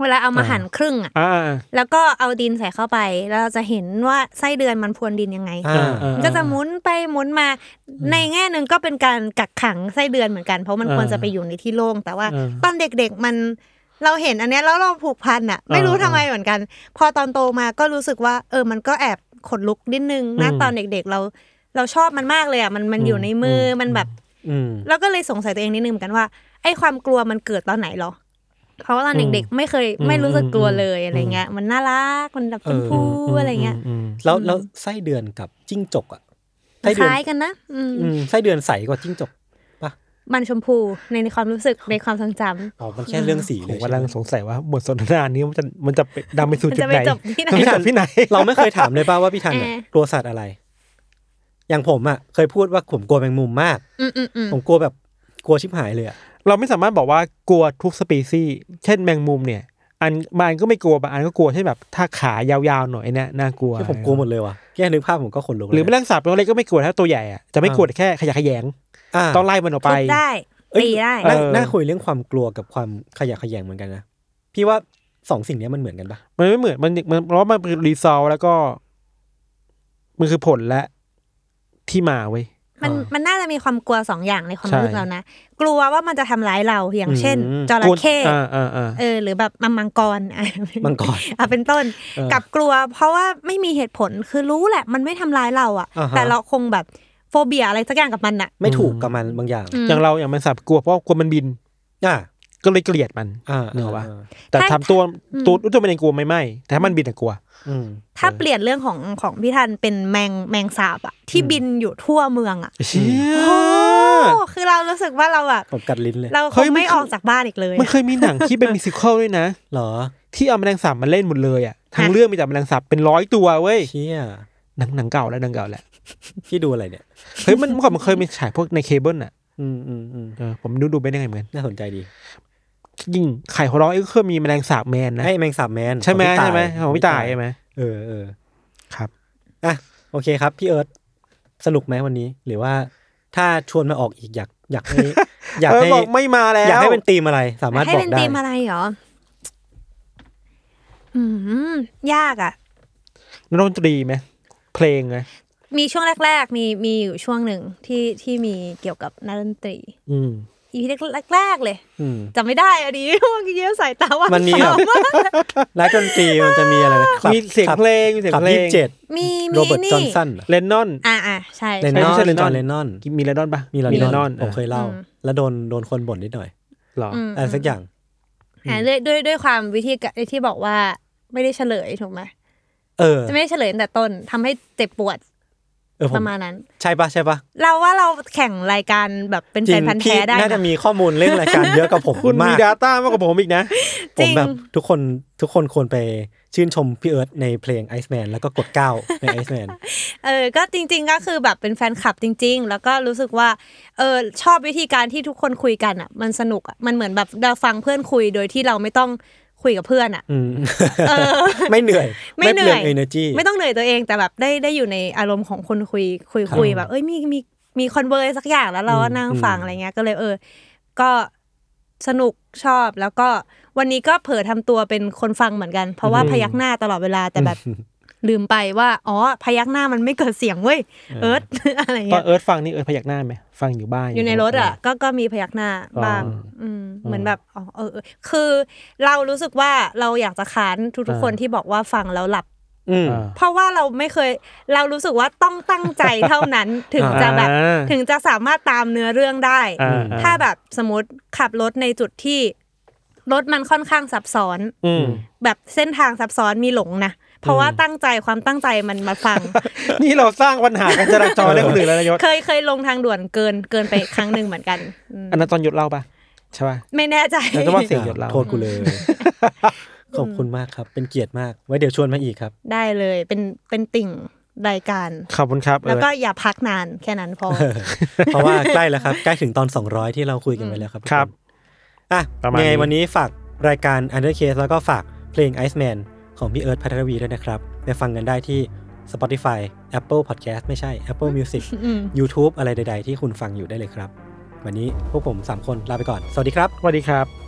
Speaker 5: เวลาเอามาหั่นครึ่งอ่ะ
Speaker 3: อ่า
Speaker 5: แล้วก็เอาดินใส่เข้าไป แล้วเราจะเห็นว่าไส้เดือนมันพรวนดินยังไง
Speaker 4: อ่า
Speaker 3: อ่าอ่า
Speaker 5: ก็จะหมุนไปหมุนมาในแง่หนึ่งก็เป็นการกักขังไส้เดือนเหมือนกัน เพราะมัน
Speaker 3: อ่า
Speaker 5: ควรจะไปอยู่ในที่โล่งแต่ว่า
Speaker 3: อ่า
Speaker 5: ตอนเด็กๆมันเราเห็นอันเนี้ยแล้วเราผูกพันอะไม่รู้ทำไมเหมือนกัน พอตอนโตมาก็รู้สึกว่า เออมันก็แอบขนลุกนิดนึงนะ
Speaker 3: อืม
Speaker 5: ตอนเด็กๆเราเราชอบมันมากเลยอะมันมันอยู่ในมืออมันแบบ
Speaker 4: อืม
Speaker 5: เราก็เลยสงสัยตัวเองนิดนึงเหมือนกันว่าไอ้ความกลัวมันเกิดตอนไหนหรอ เพราะว่าตอนเด็กๆไม่เคยไม่รู้สึกกลัวเลยอะไรเงี้ย มันน่ารักมันแบบชมพูอะไรเงี้ย
Speaker 4: แล้วแล้วไส้เดือนกับจิ้งจกอ่ะไส้
Speaker 5: ค
Speaker 4: เดือน
Speaker 5: ล้ายกันนะอืม
Speaker 4: อืมไส้เดือนใสกว่าจิ้งจก
Speaker 5: มันชมพูในความรู้ สึกในความทรงจำ
Speaker 4: อ๋อมันแค่เรื่องสี
Speaker 3: ผ
Speaker 4: เล
Speaker 3: ม
Speaker 4: ย
Speaker 3: กำลังสงสัยว่าบทสนทนานี้มันจะมันจะไปดำไปสู่
Speaker 5: มัน
Speaker 3: จุด
Speaker 5: จะไป
Speaker 3: ไหน
Speaker 5: จบที่ไหน
Speaker 3: มันจะจบที่ไหน
Speaker 4: เราไม่เคยถามเลยป่าว่าพี่ทันอะ
Speaker 5: เออ
Speaker 4: กลัวสัตว์อะไร อย่างผมอ่ะ เคยพูดว่าผมกลัวแมงมุมมาก
Speaker 5: อืมอืมอืม
Speaker 4: ผมกลัวแบบกลัวชิบหายเลยอ่ะ
Speaker 3: เราไม่สามารถบอกว่ากลัวทุกสปีซีส์เช่นแมงมุมเนี่ย อันบางอันก็ไม่กลัวบางอันก็กลัวเช่นแบบถ้าขายาวๆหน่อยเนี่ยน่ากลัว
Speaker 4: ที่ผมกลัวหมดเลยว่ะแค่นึกภาพผมก็ขนลุกเลย
Speaker 3: หรือแมลงสาบตัวเล็กก็ไม่กลัวถ้าตัวใหญ่อะจะไม่กลัวแต่แค่ขยะแขยง
Speaker 4: อ่า
Speaker 3: ต้องไล่มันออกไป
Speaker 5: ทุบได้
Speaker 4: เอ้ย
Speaker 5: ตีได้
Speaker 4: น่า
Speaker 3: เออ
Speaker 4: น่าคุยเรื่องความกลัวกับความขยะแขยงเหมือนกันนะพี่ว่าสองสิ่งเนี้ยมันเหมือนกันปะ
Speaker 3: มันไม่เหมือนมันมันเพราะว่ามันเป็นรีซอลแล้วก็ มันคือผลและที่มาเว้ย
Speaker 5: มันมันน่าจะมีความกลัวสองอย่างในความรู้สึก
Speaker 3: ใช่
Speaker 5: เรานะ กลัวว่ามันจะทำร้ายเราอย่างเช่นจระเข้
Speaker 3: กวนอ่าอ่าอ่า
Speaker 5: เออหรือแบบมังมังกร อ่ะ
Speaker 4: มังกร
Speaker 5: อ่ะเป็นต้น
Speaker 3: เออ
Speaker 5: กับกลัว เพราะว่าไม่มีเหตุผลคือรู้แหละ มันไม่ทำร้ายเราอ่ะ
Speaker 4: อ่าฮะ
Speaker 5: แต่เราคงแบบโฟเบียอะไรสักอย่างกับมันอ่ะ
Speaker 4: ไม่ถูกกับมันบางอย่าง
Speaker 5: ม
Speaker 3: อย่างเราอย่างมันสับกลัวเพราะกลัวมันบิน
Speaker 4: อ่า
Speaker 3: ก็เลยเกลียดมัน
Speaker 4: อ่า
Speaker 3: เนกออกปะ
Speaker 4: อ่า
Speaker 3: แต่
Speaker 5: ถ้า
Speaker 3: ทำตัว
Speaker 5: อืม
Speaker 3: ตัวตัวมันเองกลัวไม่ไหมแต่ถ้ามันบินอะกลัว
Speaker 4: อืม
Speaker 5: ถ้าเปลี่ยนเรื่องของของพี่ทันเป็นแมงแมงสาบอ่ะที่บินอยู่ทั่วเมืองอ่ะ
Speaker 3: เชี่ย
Speaker 5: โอ้คือเรารู้สึกว่าเราแบบ
Speaker 4: ผมกัดลิ้นเลย
Speaker 5: เราค
Speaker 3: เฮ้
Speaker 5: ง
Speaker 3: ยมัน
Speaker 5: ไม่
Speaker 3: คือ
Speaker 5: อ
Speaker 3: อ
Speaker 5: อกจากบ้านอีกเลย
Speaker 3: มันเค
Speaker 5: อะ
Speaker 3: ยมีหนังที่เป็นมิวสิควลด้วยนะ
Speaker 4: เหรอ
Speaker 3: ที่เอาแมลงสาบมาเล่นหมดเลยอ่ะทั้ง
Speaker 5: ฮะ
Speaker 3: เรื่องมีแต่แมลงสาบเป็นร้อยตัวเว้ย
Speaker 4: เชี่ย
Speaker 3: หนังหนังเก่าแล้วหนังเก่า แล้ว
Speaker 4: พี่ดูอะไรเนี่ย
Speaker 3: เฮ้ยมันเมื่อก่อนมันเคยมีฉายพวกในเคเบิลอ่ะ
Speaker 4: อืมอืมอืม
Speaker 3: เออผมดูดูไม่ได้ไงเหมือน
Speaker 4: น่าสนใจดี
Speaker 3: ยิ่งไข่หัวเราะเอ้ยก็เคยมีแมลงสาบแมนนะ
Speaker 4: ไอ้แมงสาบแมน
Speaker 3: ใช่ไหม
Speaker 4: ของพี่ตาย
Speaker 3: ใช่ไหมของพี่ตายใช่ไหม
Speaker 4: เออเออ
Speaker 3: ครับ
Speaker 4: อ่ะโอเคครับ พี่เอิร์ธสนุกไหมวันนี้ หรือว่าถ้าชวนมาออกอีกอยากอยากให้ อยาก
Speaker 3: เออ
Speaker 4: ให้
Speaker 3: บอกไม่มาแล้ว
Speaker 4: อยากให้เป็นธีมอะไร สามารถ
Speaker 5: ให้
Speaker 4: บอก
Speaker 5: เป็น
Speaker 4: ได้
Speaker 5: ธีมอะไรเหรออืมยากอ่ะ
Speaker 3: นักดนตรีไหมเพลงไหม
Speaker 5: มีช่วงแรก ๆ มีมีอยู่ช่วงหนึ่งที่ที่มีเกี่ยวกับนักดนตรี
Speaker 3: อืม
Speaker 5: อีพีแรกๆเลย
Speaker 4: อืม
Speaker 5: จำไม่ได้ อันนี้ เมื่อกี้เยอะสายตาว่า
Speaker 4: มันมีแบบ ร้านดนตรีมันจะมีอะไรนะคลับ
Speaker 3: มีเสียง
Speaker 4: คลับ
Speaker 3: เพลงมีเสียง
Speaker 4: คลับ
Speaker 3: เพล
Speaker 4: ยี่
Speaker 3: ง
Speaker 4: สิบเจ็ด
Speaker 5: มี
Speaker 4: โร
Speaker 5: มี
Speaker 4: เบิร์ต
Speaker 5: นี่
Speaker 4: จอห์นสันเหรอ
Speaker 3: เลนนอน
Speaker 5: อ่าอ่าใช่
Speaker 4: เล
Speaker 5: ใช่
Speaker 4: นนอน
Speaker 3: ใช่ไม่ใช่
Speaker 4: จอห์น
Speaker 3: เล
Speaker 4: เล
Speaker 3: น
Speaker 4: น
Speaker 3: น
Speaker 4: น
Speaker 3: อ
Speaker 4: อน น
Speaker 3: มีเลนนอนปะ
Speaker 4: มี
Speaker 3: เล
Speaker 4: เลน
Speaker 3: นน
Speaker 4: น
Speaker 3: อ
Speaker 4: อน น
Speaker 3: เอ
Speaker 4: ผม
Speaker 3: อ
Speaker 4: เคยเล่า
Speaker 5: อืม
Speaker 4: แล้วโดนโดนคนบ่นนิดหน่อย
Speaker 3: หรอ
Speaker 5: อืม
Speaker 4: อะไรสักอย่าง
Speaker 5: อ่าด้วยด้วยด้วยความวิธีการที่บอกว่าไม่ได้เฉลยถูกไหม
Speaker 4: เออ
Speaker 5: จะไม่ได้เฉลยตั้งแต่ต้นทำให้เจ็บปวด
Speaker 4: เออผ
Speaker 5: ป
Speaker 4: ม
Speaker 5: ระมาณนั้น
Speaker 4: ใช่ปะใช่ปะ
Speaker 5: เราว่าเราแข่งรายการแบบเป็น
Speaker 4: จ
Speaker 5: แฟ
Speaker 4: ริง
Speaker 5: นพันธ์
Speaker 4: พี่
Speaker 5: แท้ได้
Speaker 4: น่าจะ
Speaker 5: นะ
Speaker 4: มีข้อมูลเรื่องรายการเยอะกว่าผม
Speaker 3: คุณมี
Speaker 4: มาก
Speaker 3: ดาต้ามากกว่าผมอีกนะ
Speaker 4: ผ
Speaker 5: จริ
Speaker 4: ม
Speaker 5: ง
Speaker 4: แบบทุกคนทุกคนควรไปชื่นชมพี่เอิร์ธในเพลง Iceman แล้วก็กดเก้าใน Iceman
Speaker 5: เออ ก็จริง ๆ ก็คือแบบเป็นแฟนคลับจริง ๆ แล้วก็รู้สึกว่า เออชอบวิธีการที่ทุกคนคุยกันอ่ะ มันสนุกอ่ะ มันเหมือนแบบเราฟังเพื่อนคุยโดยที่เราไม่ต้องคุยกับเพื่อนอ่ะ
Speaker 4: อืมไม่เหนื่อย
Speaker 5: ไม่เหนื่อย
Speaker 4: เอเนอร์จี
Speaker 5: ไม่ต้องเหนื่อยตัวเองแต่แบบได้ได้อยู่ในอารมณ์ของคนคุยคุยคุยแบบเอ้ยมีมีมีคอนเวอร์สักอย่างแล้วเราก็นั่งฟังอะไรเงี้ยก็เลยเออ ก็สนุกชอบแล้วก็วันนี้ก็เผลอทำตัวเป็นคนฟังเหมือนกัน เพราะว่าพยักหน้าตลอดเวลาแต่แบบลืมไปว่าอ๋อพยักหน้ามันไม่เกิดเสียงเว้ยเอิร์ธ อะไร
Speaker 3: ตอ
Speaker 5: เงี้
Speaker 3: น
Speaker 5: ย
Speaker 3: เอิร์ธฟังนี่เอิร์ธพยักหน้าไหมฟังอยู่บ้าน
Speaker 5: อยู่ในรถอ่ะ ก็ก็มีพยักหน้าบ้าง
Speaker 3: อ๋อ
Speaker 5: ืมเหมือนแบบอ๋อเออเออคือเรารู้สึกว่าเราอยากจะค้านทุกๆคนที่บอกว่าฟังแล้วหลับ
Speaker 4: อืม
Speaker 3: อ่า
Speaker 5: เพราะว่าเราไม่เคยเรารู้สึกว่าต้องตั้งใจเท่า นั้น ถึงจะแบบ
Speaker 3: อ่า
Speaker 5: ถึงจะสามารถตามเนื้อเรื่องได้
Speaker 3: อ่า
Speaker 5: ถ้าแบบสมมติขับรถในจุดที่รถมันค่อนข้างซับซ้อน
Speaker 3: อืม
Speaker 5: แบบเส้นทางซับซ้อนมีหลงนะเพราะว่าตั้งใจความตั้งใจมันมาฟัง
Speaker 3: นี่เราสร้างปัญหาการจราจรได้คน อื่นแล้วนะยศ
Speaker 5: เคยเคยลงทางด่วนเกินเกินไปครั้งหนึ่งเหมือนกันอืม
Speaker 3: อันนั้นตอนยศเล่าปะใช่ปะ
Speaker 5: ไม่แน่ใจ
Speaker 3: แล้วก็ว่าเสียง หยุดเรา
Speaker 4: โทษกูเลย ขอบคุณมากครับ เป็นเกียรติมาก ไว้เดี๋ยวชวนมาอีกครับ
Speaker 5: ได้เลยเป็นเป็นติ่งรายการ
Speaker 3: ขอบคุณครับ
Speaker 5: แล้ว
Speaker 3: เอิร์ธ
Speaker 5: ก็อย่าพักนานแค่นั้นพอ
Speaker 4: เพราะว่าใกล้แล้วครับ ใกล้ถึงตอน 200 ที่เราคุยกันไปแล้วครับ
Speaker 3: ครับ
Speaker 4: อ่ะ
Speaker 3: ประมาณ
Speaker 4: ยังไง
Speaker 3: นี้
Speaker 4: วันนี้ฝากรายการ Under Case แล้วก็ฝากเพลง Iceman ของพี่เอิร์ธพัทรวีด้วยนะครับ ไปฟังกันได้ที่ Spotify Apple Podcast ไม่ใช่ Apple Music YouTube อะไรใด ๆ ที่คุณฟังอยู่ได้เลยครับ วันนี้พวกผม 3 คนลาไปก่อน สวัสดีครับ
Speaker 3: สวัสดีครับ